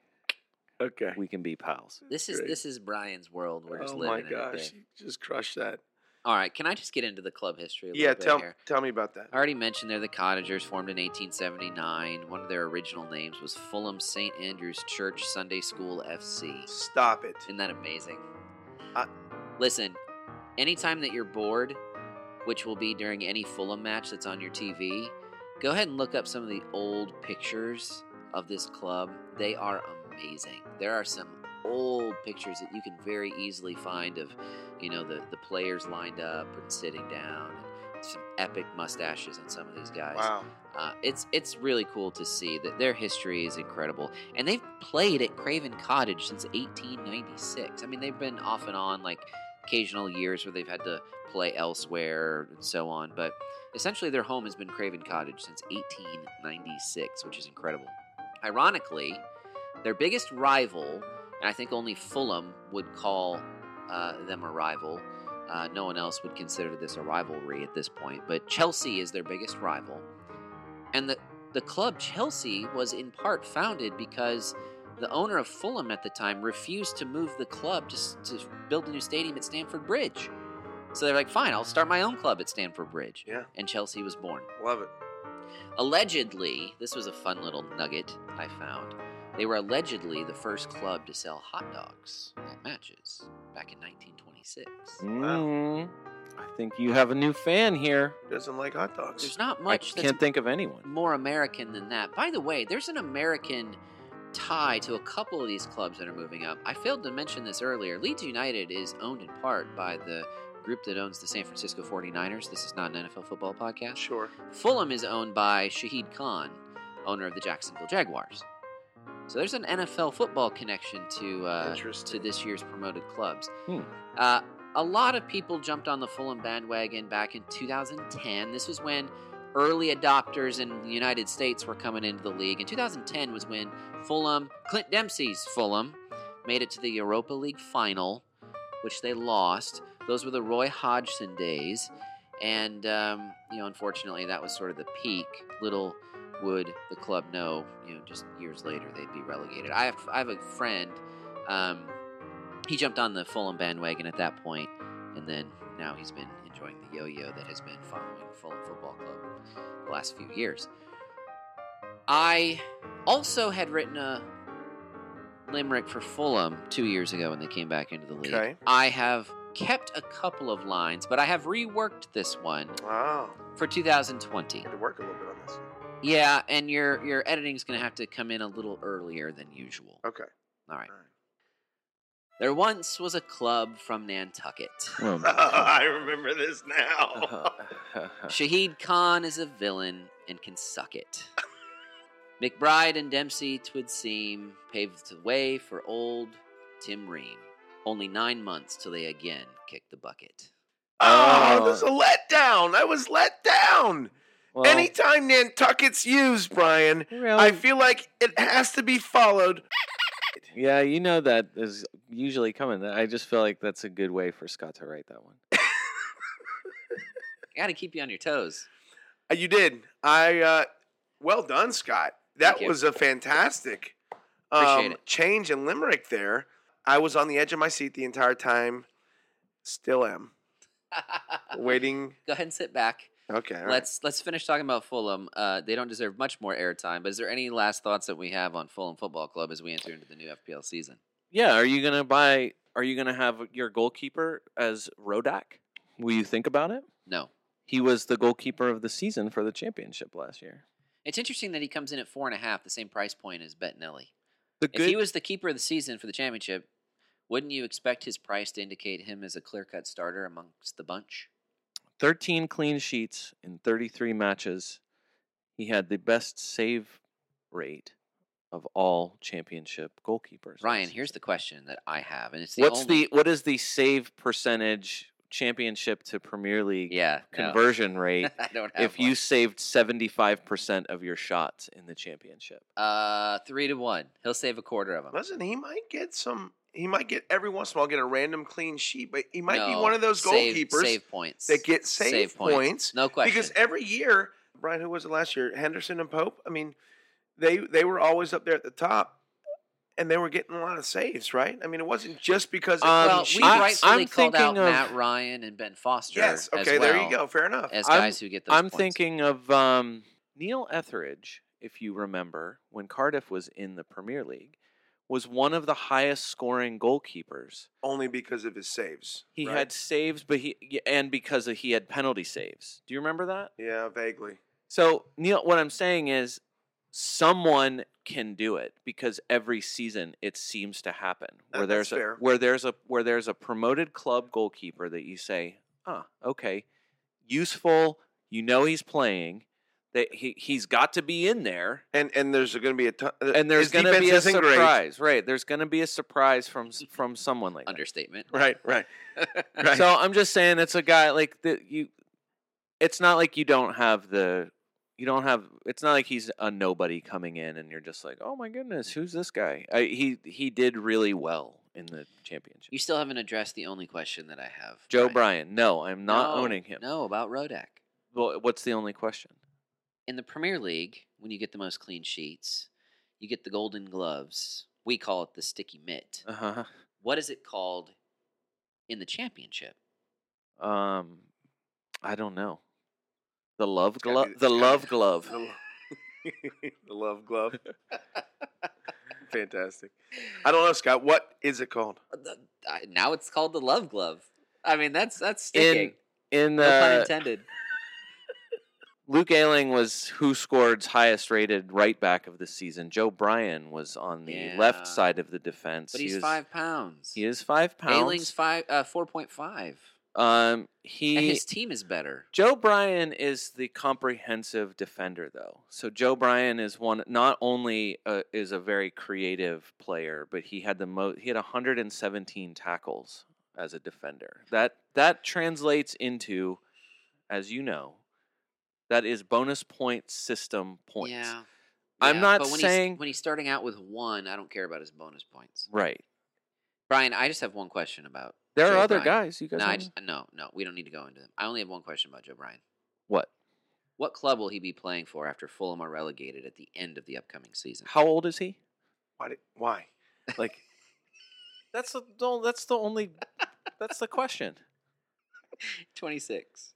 Speaker 2: okay.
Speaker 4: we can be pals.
Speaker 3: This is
Speaker 2: Great.
Speaker 3: this is Brian's world. We're just
Speaker 2: Oh my
Speaker 3: living in it.
Speaker 2: gosh, you just crushed that.
Speaker 3: All right, can I just get into the club history? A little
Speaker 2: Yeah,
Speaker 3: bit
Speaker 2: tell
Speaker 3: here?
Speaker 2: tell me about that.
Speaker 3: I already mentioned they're the Cottagers, formed in 1879. One of their original names was Fulham St. Andrew's Church Sunday School FC.
Speaker 2: Stop it.
Speaker 3: Isn't that amazing?
Speaker 2: I-
Speaker 3: Listen, anytime that you're bored, which will be during any Fulham match that's on your TV, go ahead and look up some of the old pictures of this club. They are amazing. There are some old pictures that you can very easily find of, you know, the, the players lined up and sitting down and some epic mustaches on some of these guys.
Speaker 2: Wow.
Speaker 3: Uh, it's it's really cool to see that their history is incredible, and they've played at Craven Cottage since 1896. I mean, they've been off and on, like occasional years where they've had to play elsewhere and so on. But essentially, their home has been Craven Cottage since 1896, which is incredible. Ironically, their biggest rival, and I think only Fulham would call uh, them a rival. Uh, no one else would consider this a rivalry at this point, but Chelsea is their biggest rival. And the, the club Chelsea was in part founded because the owner of Fulham at the time refused to move the club to, s- to build a new stadium at Stamford Bridge. So they're like, fine, I'll start my own club at Stamford Bridge.
Speaker 2: Yeah.
Speaker 3: And Chelsea was born.
Speaker 2: Love it.
Speaker 3: Allegedly, this was a fun little nugget I found. They were allegedly the first club to sell hot dogs at matches back in 1926.
Speaker 4: Mm, I think you have a new fan here.
Speaker 2: Doesn't like hot dogs.
Speaker 3: There's not much
Speaker 4: I
Speaker 3: that's
Speaker 4: can't think of anyone.
Speaker 3: more American than that. By the way, there's an American tie to a couple of these clubs that are moving up. I failed to mention this earlier. Leeds United is owned in part by the group that owns the San Francisco 49ers. This is not an NFL football podcast.
Speaker 2: Sure.
Speaker 3: Fulham is owned by Shahid Khan, owner of the Jacksonville Jaguars. So there's an NFL football connection to uh, to
Speaker 2: Interesting.
Speaker 3: this year's promoted clubs.
Speaker 4: Hmm.
Speaker 3: Uh, a lot of people jumped on the Fulham bandwagon back in 2010. This was when early adopters in the United States were coming into the league. In 2010 was when Fulham, Clint Dempsey's Fulham, made it to the Europa League final, which they lost. Those were the Roy Hodgson days. And, um, you know, unfortunately, that was sort of the peak. Little would the club know, you know, just years later they'd be relegated. I have, I have a friend, um, he jumped on the Fulham bandwagon at that point, and then now he's been enjoying the yo yo that has been following Fulham Football Club the last few years. I also had written a limerick for Fulham two years ago when they came back into the league.
Speaker 2: Okay.
Speaker 3: I have kept a couple of lines, but I have reworked this one
Speaker 2: Wow.
Speaker 3: for 2020.
Speaker 2: Had to work a little bit on this.
Speaker 3: Yeah, and your your editing's going to have to come in a little earlier than usual.
Speaker 2: Okay.
Speaker 3: All right.
Speaker 2: All right.
Speaker 3: There once was a club from Nantucket.
Speaker 2: I remember this
Speaker 3: Uh-huh.
Speaker 2: now.
Speaker 3: Shahid Khan is a villain and can suck it. McBride and Dempsey, twould seem, paved the way for old Tim Ream. Only nine months till they again kick the bucket.
Speaker 2: oh, this is a letdown. I was let down.
Speaker 4: Well,
Speaker 2: Anytime Nantucket's used, Brian,
Speaker 4: really,
Speaker 2: I feel like it has to be followed.
Speaker 4: yeah, you know that is usually coming. I just feel like that's a good way for Scott to write that one.
Speaker 3: I gotta keep you on your toes.
Speaker 2: Uh, You did. I. Uh, well done, Scott. That
Speaker 3: Thank you.
Speaker 2: was a fantastic um,
Speaker 3: Appreciate it.
Speaker 2: change in Limerick. There, I was on the edge of my seat the entire time. Still am waiting.
Speaker 3: Go ahead and sit back.
Speaker 2: Okay. all right.
Speaker 3: Uh-huh. Let's let's finish talking about Fulham. Uh, they don't deserve much more airtime. But is there any last thoughts that we have on Fulham Football Club as we enter into the new FPL season?
Speaker 4: Yeah, are you gonna buy? Are you gonna have your goalkeeper as Rodak? Will you think about it?
Speaker 3: No.
Speaker 4: He was the goalkeeper of the season for the championship last year.
Speaker 3: It's interesting that he comes in at four and a half, the same price point as Bettinelli.
Speaker 4: The
Speaker 3: If he
Speaker 4: good,
Speaker 3: was the keeper of the season for the championship, wouldn't you expect his price to indicate him as a clear cut starter amongst the bunch?
Speaker 4: thirteen clean sheets in thirty-three matches. He had the best save rate of all championship goalkeepers. this
Speaker 3: Ryan, here's
Speaker 4: season.
Speaker 3: the question that I have, and it's the
Speaker 4: What's
Speaker 3: only-
Speaker 4: the what is the save percentage championship to Premier League
Speaker 3: yeah no.
Speaker 4: conversion rate
Speaker 3: I don't have
Speaker 4: if you
Speaker 3: one.
Speaker 4: saved seventy five percent of your shots in the championship?
Speaker 3: uh three to one, he'll save a quarter of them.
Speaker 2: Listen, he might get some. He might get every once in a while get a random clean sheet, but he might be
Speaker 3: No,
Speaker 2: one of those
Speaker 3: save-
Speaker 2: goalkeepers
Speaker 3: save points
Speaker 2: that get save, points.
Speaker 3: No question.
Speaker 2: Because every year, Brian, who was it last year? Henderson and Pope. I mean, they they were always up there at the top, and they were getting a lot of saves, right? I mean, it wasn't just because. Of
Speaker 4: Um,
Speaker 3: well,
Speaker 2: clean
Speaker 3: we
Speaker 2: sheets.
Speaker 4: I-
Speaker 3: rightfully
Speaker 4: I'm
Speaker 3: called out
Speaker 4: thinking of-
Speaker 3: Matt Ryan and Ben Foster.
Speaker 2: yes.
Speaker 3: as
Speaker 2: Okay, there you
Speaker 3: well
Speaker 2: go. Fair enough.
Speaker 3: As
Speaker 4: I'm-
Speaker 3: guys who get those
Speaker 4: I'm
Speaker 3: points.
Speaker 4: thinking of um, Neil Etheridge, if you remember, when Cardiff was in the Premier League, was one of the highest scoring goalkeepers.
Speaker 2: Only because of his saves.
Speaker 4: He
Speaker 2: right?
Speaker 4: had saves, but he y- and because of, he had penalty saves. Do you remember that?
Speaker 2: Yeah, vaguely.
Speaker 4: So Neil, what I'm saying is, someone can do it because every season it seems to happen where
Speaker 2: That-
Speaker 4: there's
Speaker 2: that's
Speaker 4: a,
Speaker 2: fair.
Speaker 4: where there's a where there's a promoted club goalkeeper that you say ah okay useful you know he's playing that he he's got to be in there
Speaker 2: And and there's going to be a ton. uh,
Speaker 4: and there's going to be a
Speaker 2: Great.
Speaker 4: surprise right there's going to be a surprise from s- from someone like that.
Speaker 3: Understatement.
Speaker 2: Right, right, right.
Speaker 4: So I'm just saying, it's a guy like that. You, it's not like you don't have the, you don't have. It's not like he's a nobody coming in, and you're just like, oh my goodness, who's this guy? I, he he did really well in the championship.
Speaker 3: You still haven't addressed the only question that I have.
Speaker 4: Joe
Speaker 3: Brian.
Speaker 4: Bryan. No, I'm not
Speaker 3: No,
Speaker 4: owning him.
Speaker 3: No, about Rodak.
Speaker 4: Well, what's the only question?
Speaker 3: In the Premier League, when you get the most clean sheets, you get the golden gloves. We call it the sticky mitt.
Speaker 4: Uh
Speaker 3: What is it called in the championship?
Speaker 4: huh. Um, I don't know. The love
Speaker 2: gotta be-
Speaker 4: glove.
Speaker 2: it's
Speaker 4: The
Speaker 2: gotta be-
Speaker 4: love glove.
Speaker 2: the love glove. Fantastic. I don't know, Scott. What is it called?
Speaker 3: Uh, the- I- Now it's called the love glove. I mean, that's that's sticking.
Speaker 4: In in
Speaker 3: no pun
Speaker 4: the
Speaker 3: intended.
Speaker 4: Luke Ayling was who scored's highest rated right back of the season. Joe Bryan was on the
Speaker 3: Yeah.
Speaker 4: left side of the defense.
Speaker 3: But
Speaker 4: He
Speaker 3: he's
Speaker 4: was-
Speaker 3: five pounds.
Speaker 4: He is five pounds.
Speaker 3: Ailing's five, uh, four point five,
Speaker 4: Um, he
Speaker 3: and his team is better.
Speaker 4: Joe Bryan is the comprehensive defender, though. So Joe Bryan is one. Not only uh, is a very creative player, but he had the most. He had 117 tackles as a defender. That that translates into, as you know, that is bonus point system points.
Speaker 3: Yeah.
Speaker 4: I'm not
Speaker 3: but when
Speaker 4: saying- Mm.
Speaker 3: he's, when he's starting out with one, I don't care about his bonus points.
Speaker 4: Right.
Speaker 3: Brian, I just have one question about
Speaker 4: There
Speaker 3: Joe
Speaker 4: are other
Speaker 3: Bryan.
Speaker 4: guys. You guys.
Speaker 3: No, I
Speaker 4: wanna-
Speaker 3: just, no, no. We don't need to go into them. I only have one question about Joe Bryan.
Speaker 4: What?
Speaker 3: What club will he be playing for after Fulham are relegated at the end of the upcoming season?
Speaker 4: How old is he?
Speaker 2: Why? Did, why?
Speaker 4: Like, that's the no, that's the only that's the question.
Speaker 3: Twenty six.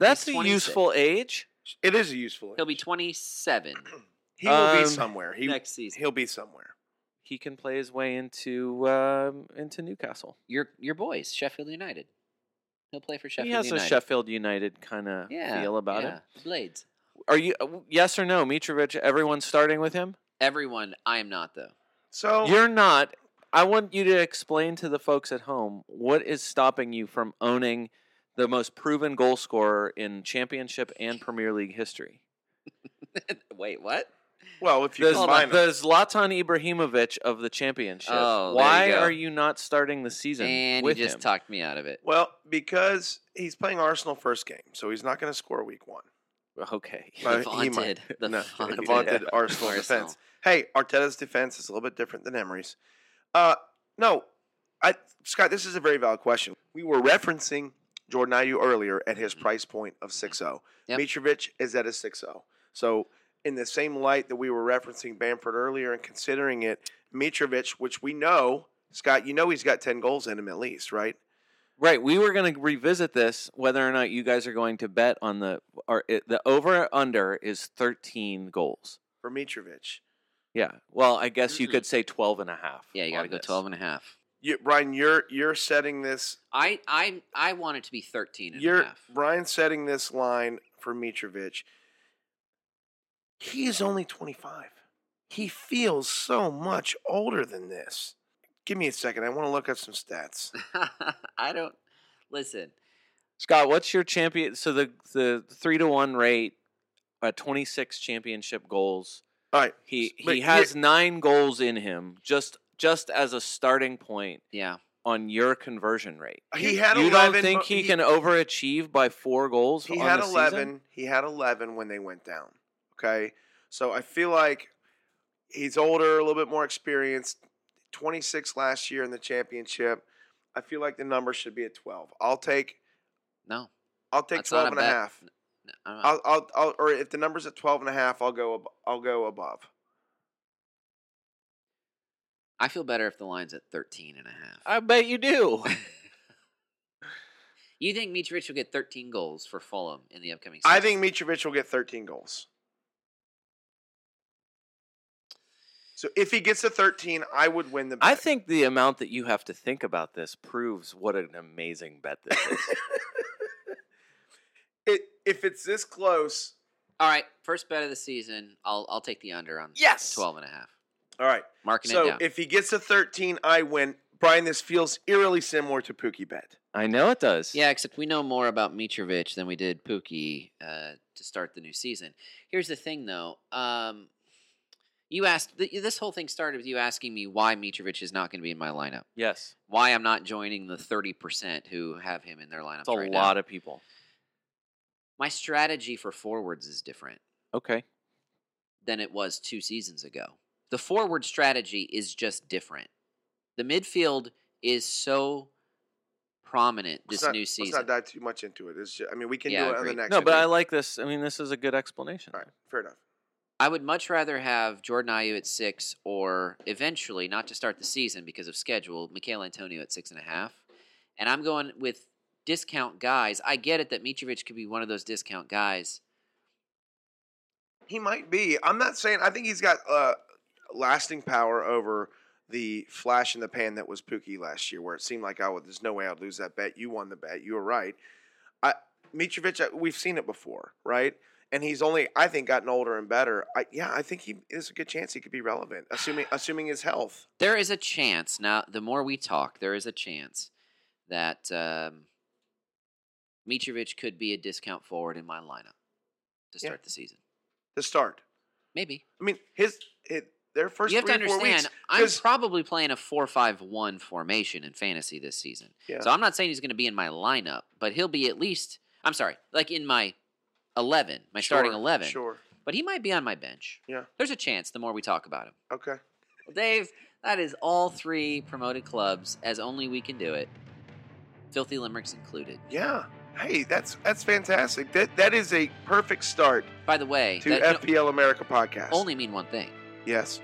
Speaker 4: That's
Speaker 3: He's
Speaker 4: a useful age.
Speaker 2: It is a useful.
Speaker 3: He'll be
Speaker 2: age.
Speaker 3: twenty seven
Speaker 2: He will
Speaker 4: Um,
Speaker 2: be somewhere. He
Speaker 3: next season.
Speaker 2: he'll be somewhere.
Speaker 4: He can play his way into um, into Newcastle.
Speaker 3: Your your boys, Sheffield United. He'll play for Sheffield.
Speaker 4: he has
Speaker 3: United.
Speaker 4: a Sheffield United kind of
Speaker 3: yeah,
Speaker 4: feel about
Speaker 3: yeah.
Speaker 4: it.
Speaker 3: The Blades.
Speaker 4: Are you uh, w- yes or no, Mitrovic? Everyone's starting with him.
Speaker 3: Everyone, I am not though.
Speaker 2: So
Speaker 4: You're not. I want you to explain to the folks at home what is stopping you from owning the most proven goal scorer in Championship and Premier League history.
Speaker 3: Wait, what?
Speaker 2: well, if you
Speaker 4: The,
Speaker 2: combine
Speaker 4: Zla- the Zlatan Ibrahimovic of the championship.
Speaker 3: Oh, there you
Speaker 4: Why
Speaker 3: go.
Speaker 4: are you not starting the season
Speaker 3: And you
Speaker 4: with
Speaker 3: just
Speaker 4: him?
Speaker 3: talked me out of it.
Speaker 2: Well, because he's playing Arsenal first game, so he's not going to score week one.
Speaker 4: okay.
Speaker 2: Well,
Speaker 3: The
Speaker 2: he might.
Speaker 3: vaunted, the
Speaker 2: No,
Speaker 3: vaunted,
Speaker 2: vaunted Arsenal defense. Hey, Arteta's defense is a little bit different than Emery's. Uh, no, I, Scott, this is a very valid question. We were referencing Jordan Ayew earlier at his
Speaker 3: Mhm.
Speaker 2: price point of 6.0.
Speaker 3: Yep.
Speaker 2: Mitrovic is at a 6.0. So, in the same light that we were referencing Bamford earlier and considering it, Mitrovic, which we know, Scott, you know he's got 10 goals in him at least, right?
Speaker 4: Right. We were going to revisit this whether or not you guys are going to bet on the or it, the over or under is 13 goals.
Speaker 2: For Mitrovic.
Speaker 4: Yeah. Well, I guess you
Speaker 3: Mhm.
Speaker 4: could say 12 and a half.
Speaker 3: Yeah, you got to
Speaker 4: on
Speaker 3: go
Speaker 4: this.
Speaker 3: 12 and a half.
Speaker 2: You, Brian, you're you're setting this
Speaker 3: I I I want it to be 13 and
Speaker 2: You're
Speaker 3: a half.
Speaker 2: Brian setting this line for Mitrovic. He is only 25. He feels so much older than this. Give me a second. I want to look up some stats.
Speaker 3: I don't listen.
Speaker 4: Scott, what's your champion so the the 3 to 1 rate uh, 26 championship goals
Speaker 2: All right.
Speaker 4: He
Speaker 2: But
Speaker 4: he
Speaker 2: here-
Speaker 4: has nine goals in him just just as a starting point
Speaker 3: Yeah,
Speaker 4: on your conversion rate.
Speaker 2: He had
Speaker 4: you
Speaker 2: 11.
Speaker 4: don't think
Speaker 2: but
Speaker 4: he, can overachieve by four goals?
Speaker 2: He
Speaker 4: on
Speaker 2: had
Speaker 4: the season?
Speaker 2: 11. He had 11 when they went down. Okay. So I feel like he's older, a little bit more experienced. 26 last year in the championship. I feel like the number should be at 12. I'll take
Speaker 3: no.
Speaker 2: I'll take
Speaker 3: that's
Speaker 2: 12
Speaker 3: not
Speaker 2: and a
Speaker 3: bet.
Speaker 2: half.
Speaker 3: N- n- I don't know.
Speaker 2: I'll, I'll, I'll, or if the number's at 12 and a half, I'll go, ab- I'll go above.
Speaker 3: I feel better if the line's at 13 and a half.
Speaker 4: I bet you do.
Speaker 3: you think Mitrovic will get 13 goals for Fulham in the upcoming season?
Speaker 2: I think Mitrovic will get 13 goals. So if he gets to 13, I would win the bet.
Speaker 4: I think the amount that you have to think about this proves what an amazing bet this is.
Speaker 2: it, if it's this close,
Speaker 3: All right, first bet of the season. I'll I'll take the under on
Speaker 2: Yes.
Speaker 3: 12 and a half.
Speaker 2: All right.
Speaker 3: Marking it
Speaker 2: So
Speaker 3: down.
Speaker 2: if he gets a 13, I win. Brian, this feels eerily similar to Pookie bet.
Speaker 4: I know it does.
Speaker 3: yeah, except we know more about Mitrovic than we did Pookie uh, to start the new season. Here's the thing, though. Um, you asked th- this whole thing started with you asking me why Mitrovic is not going to be in my lineup.
Speaker 4: Yes.
Speaker 3: Why I'm not joining the 30% who have him in their lineup.
Speaker 4: It's a lot of people.
Speaker 3: My strategy for forwards is different.
Speaker 4: Okay.
Speaker 3: than it was two seasons ago. The forward strategy is just different. The midfield is so prominent this
Speaker 2: Let's not-
Speaker 3: new
Speaker 2: Let's
Speaker 3: season.
Speaker 2: not dive too much into it. It's ju- I mean, we can
Speaker 3: Yeah,
Speaker 2: do it on the
Speaker 3: agreed.
Speaker 2: next.
Speaker 4: No, but I
Speaker 2: all
Speaker 4: like this. I mean, this is a good explanation.
Speaker 2: right, fair enough.
Speaker 3: I would much rather have Jordan Ayew at six, or eventually, not to start the season because of schedule, Mikhail Antonio at six and a half. And I'm going with discount guys. I get it that Mitrovic could be one of those discount guys.
Speaker 2: He might be. I'm not saying. I think he's got uh, lasting power over the flash in the pan that was Pookie last year, where it seemed like, oh, there's no way I'd lose that bet. You won the bet. You were right. I, Mitrovic, I- we've seen it before, right? And he's only, I think, gotten older and better. I, yeah, I think he there's a good chance he could be relevant, assuming assuming his health.
Speaker 3: There is a chance now. The more we talk, there is a chance that um, Mitrovic could be a discount forward in my lineup to
Speaker 2: Yeah.
Speaker 3: start the season.
Speaker 2: to start.
Speaker 3: Maybe
Speaker 2: I mean, his, it their first
Speaker 3: you have to
Speaker 2: three or four weeks.
Speaker 3: understand. I'm
Speaker 2: 'cause-
Speaker 3: probably playing a four-five-one formation in fantasy this season,
Speaker 2: Yeah.
Speaker 3: so I'm not saying he's going to be in my lineup, but he'll be at least. I'm sorry, like in my eleven, my starting
Speaker 2: Sure,
Speaker 3: eleven,
Speaker 2: Sure.
Speaker 3: but he might be on my bench.
Speaker 2: Yeah.
Speaker 3: there's a chance. The more we talk about him.
Speaker 2: Okay.
Speaker 3: Well, Dave, that is all three promoted clubs, as only we can do it. Filthy Limericks included.
Speaker 2: Yeah. Hey, that's that's fantastic. That that is a perfect start
Speaker 3: By the way,
Speaker 2: to
Speaker 3: that can
Speaker 2: FPL America podcast.
Speaker 3: only mean one thing.
Speaker 2: yes,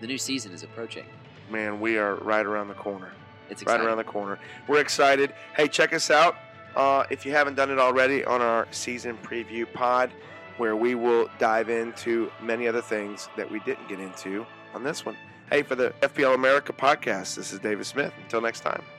Speaker 3: The new season is approaching.
Speaker 2: man, we are right around the corner.
Speaker 3: It's exciting.
Speaker 2: Right around the corner. We're excited. Hey, check us out uh, if you haven't done it already on our season preview pod, where we will dive into many other things that we didn't get into on this one. Hey, for the FPL America podcast, this is David Smith. Until next time.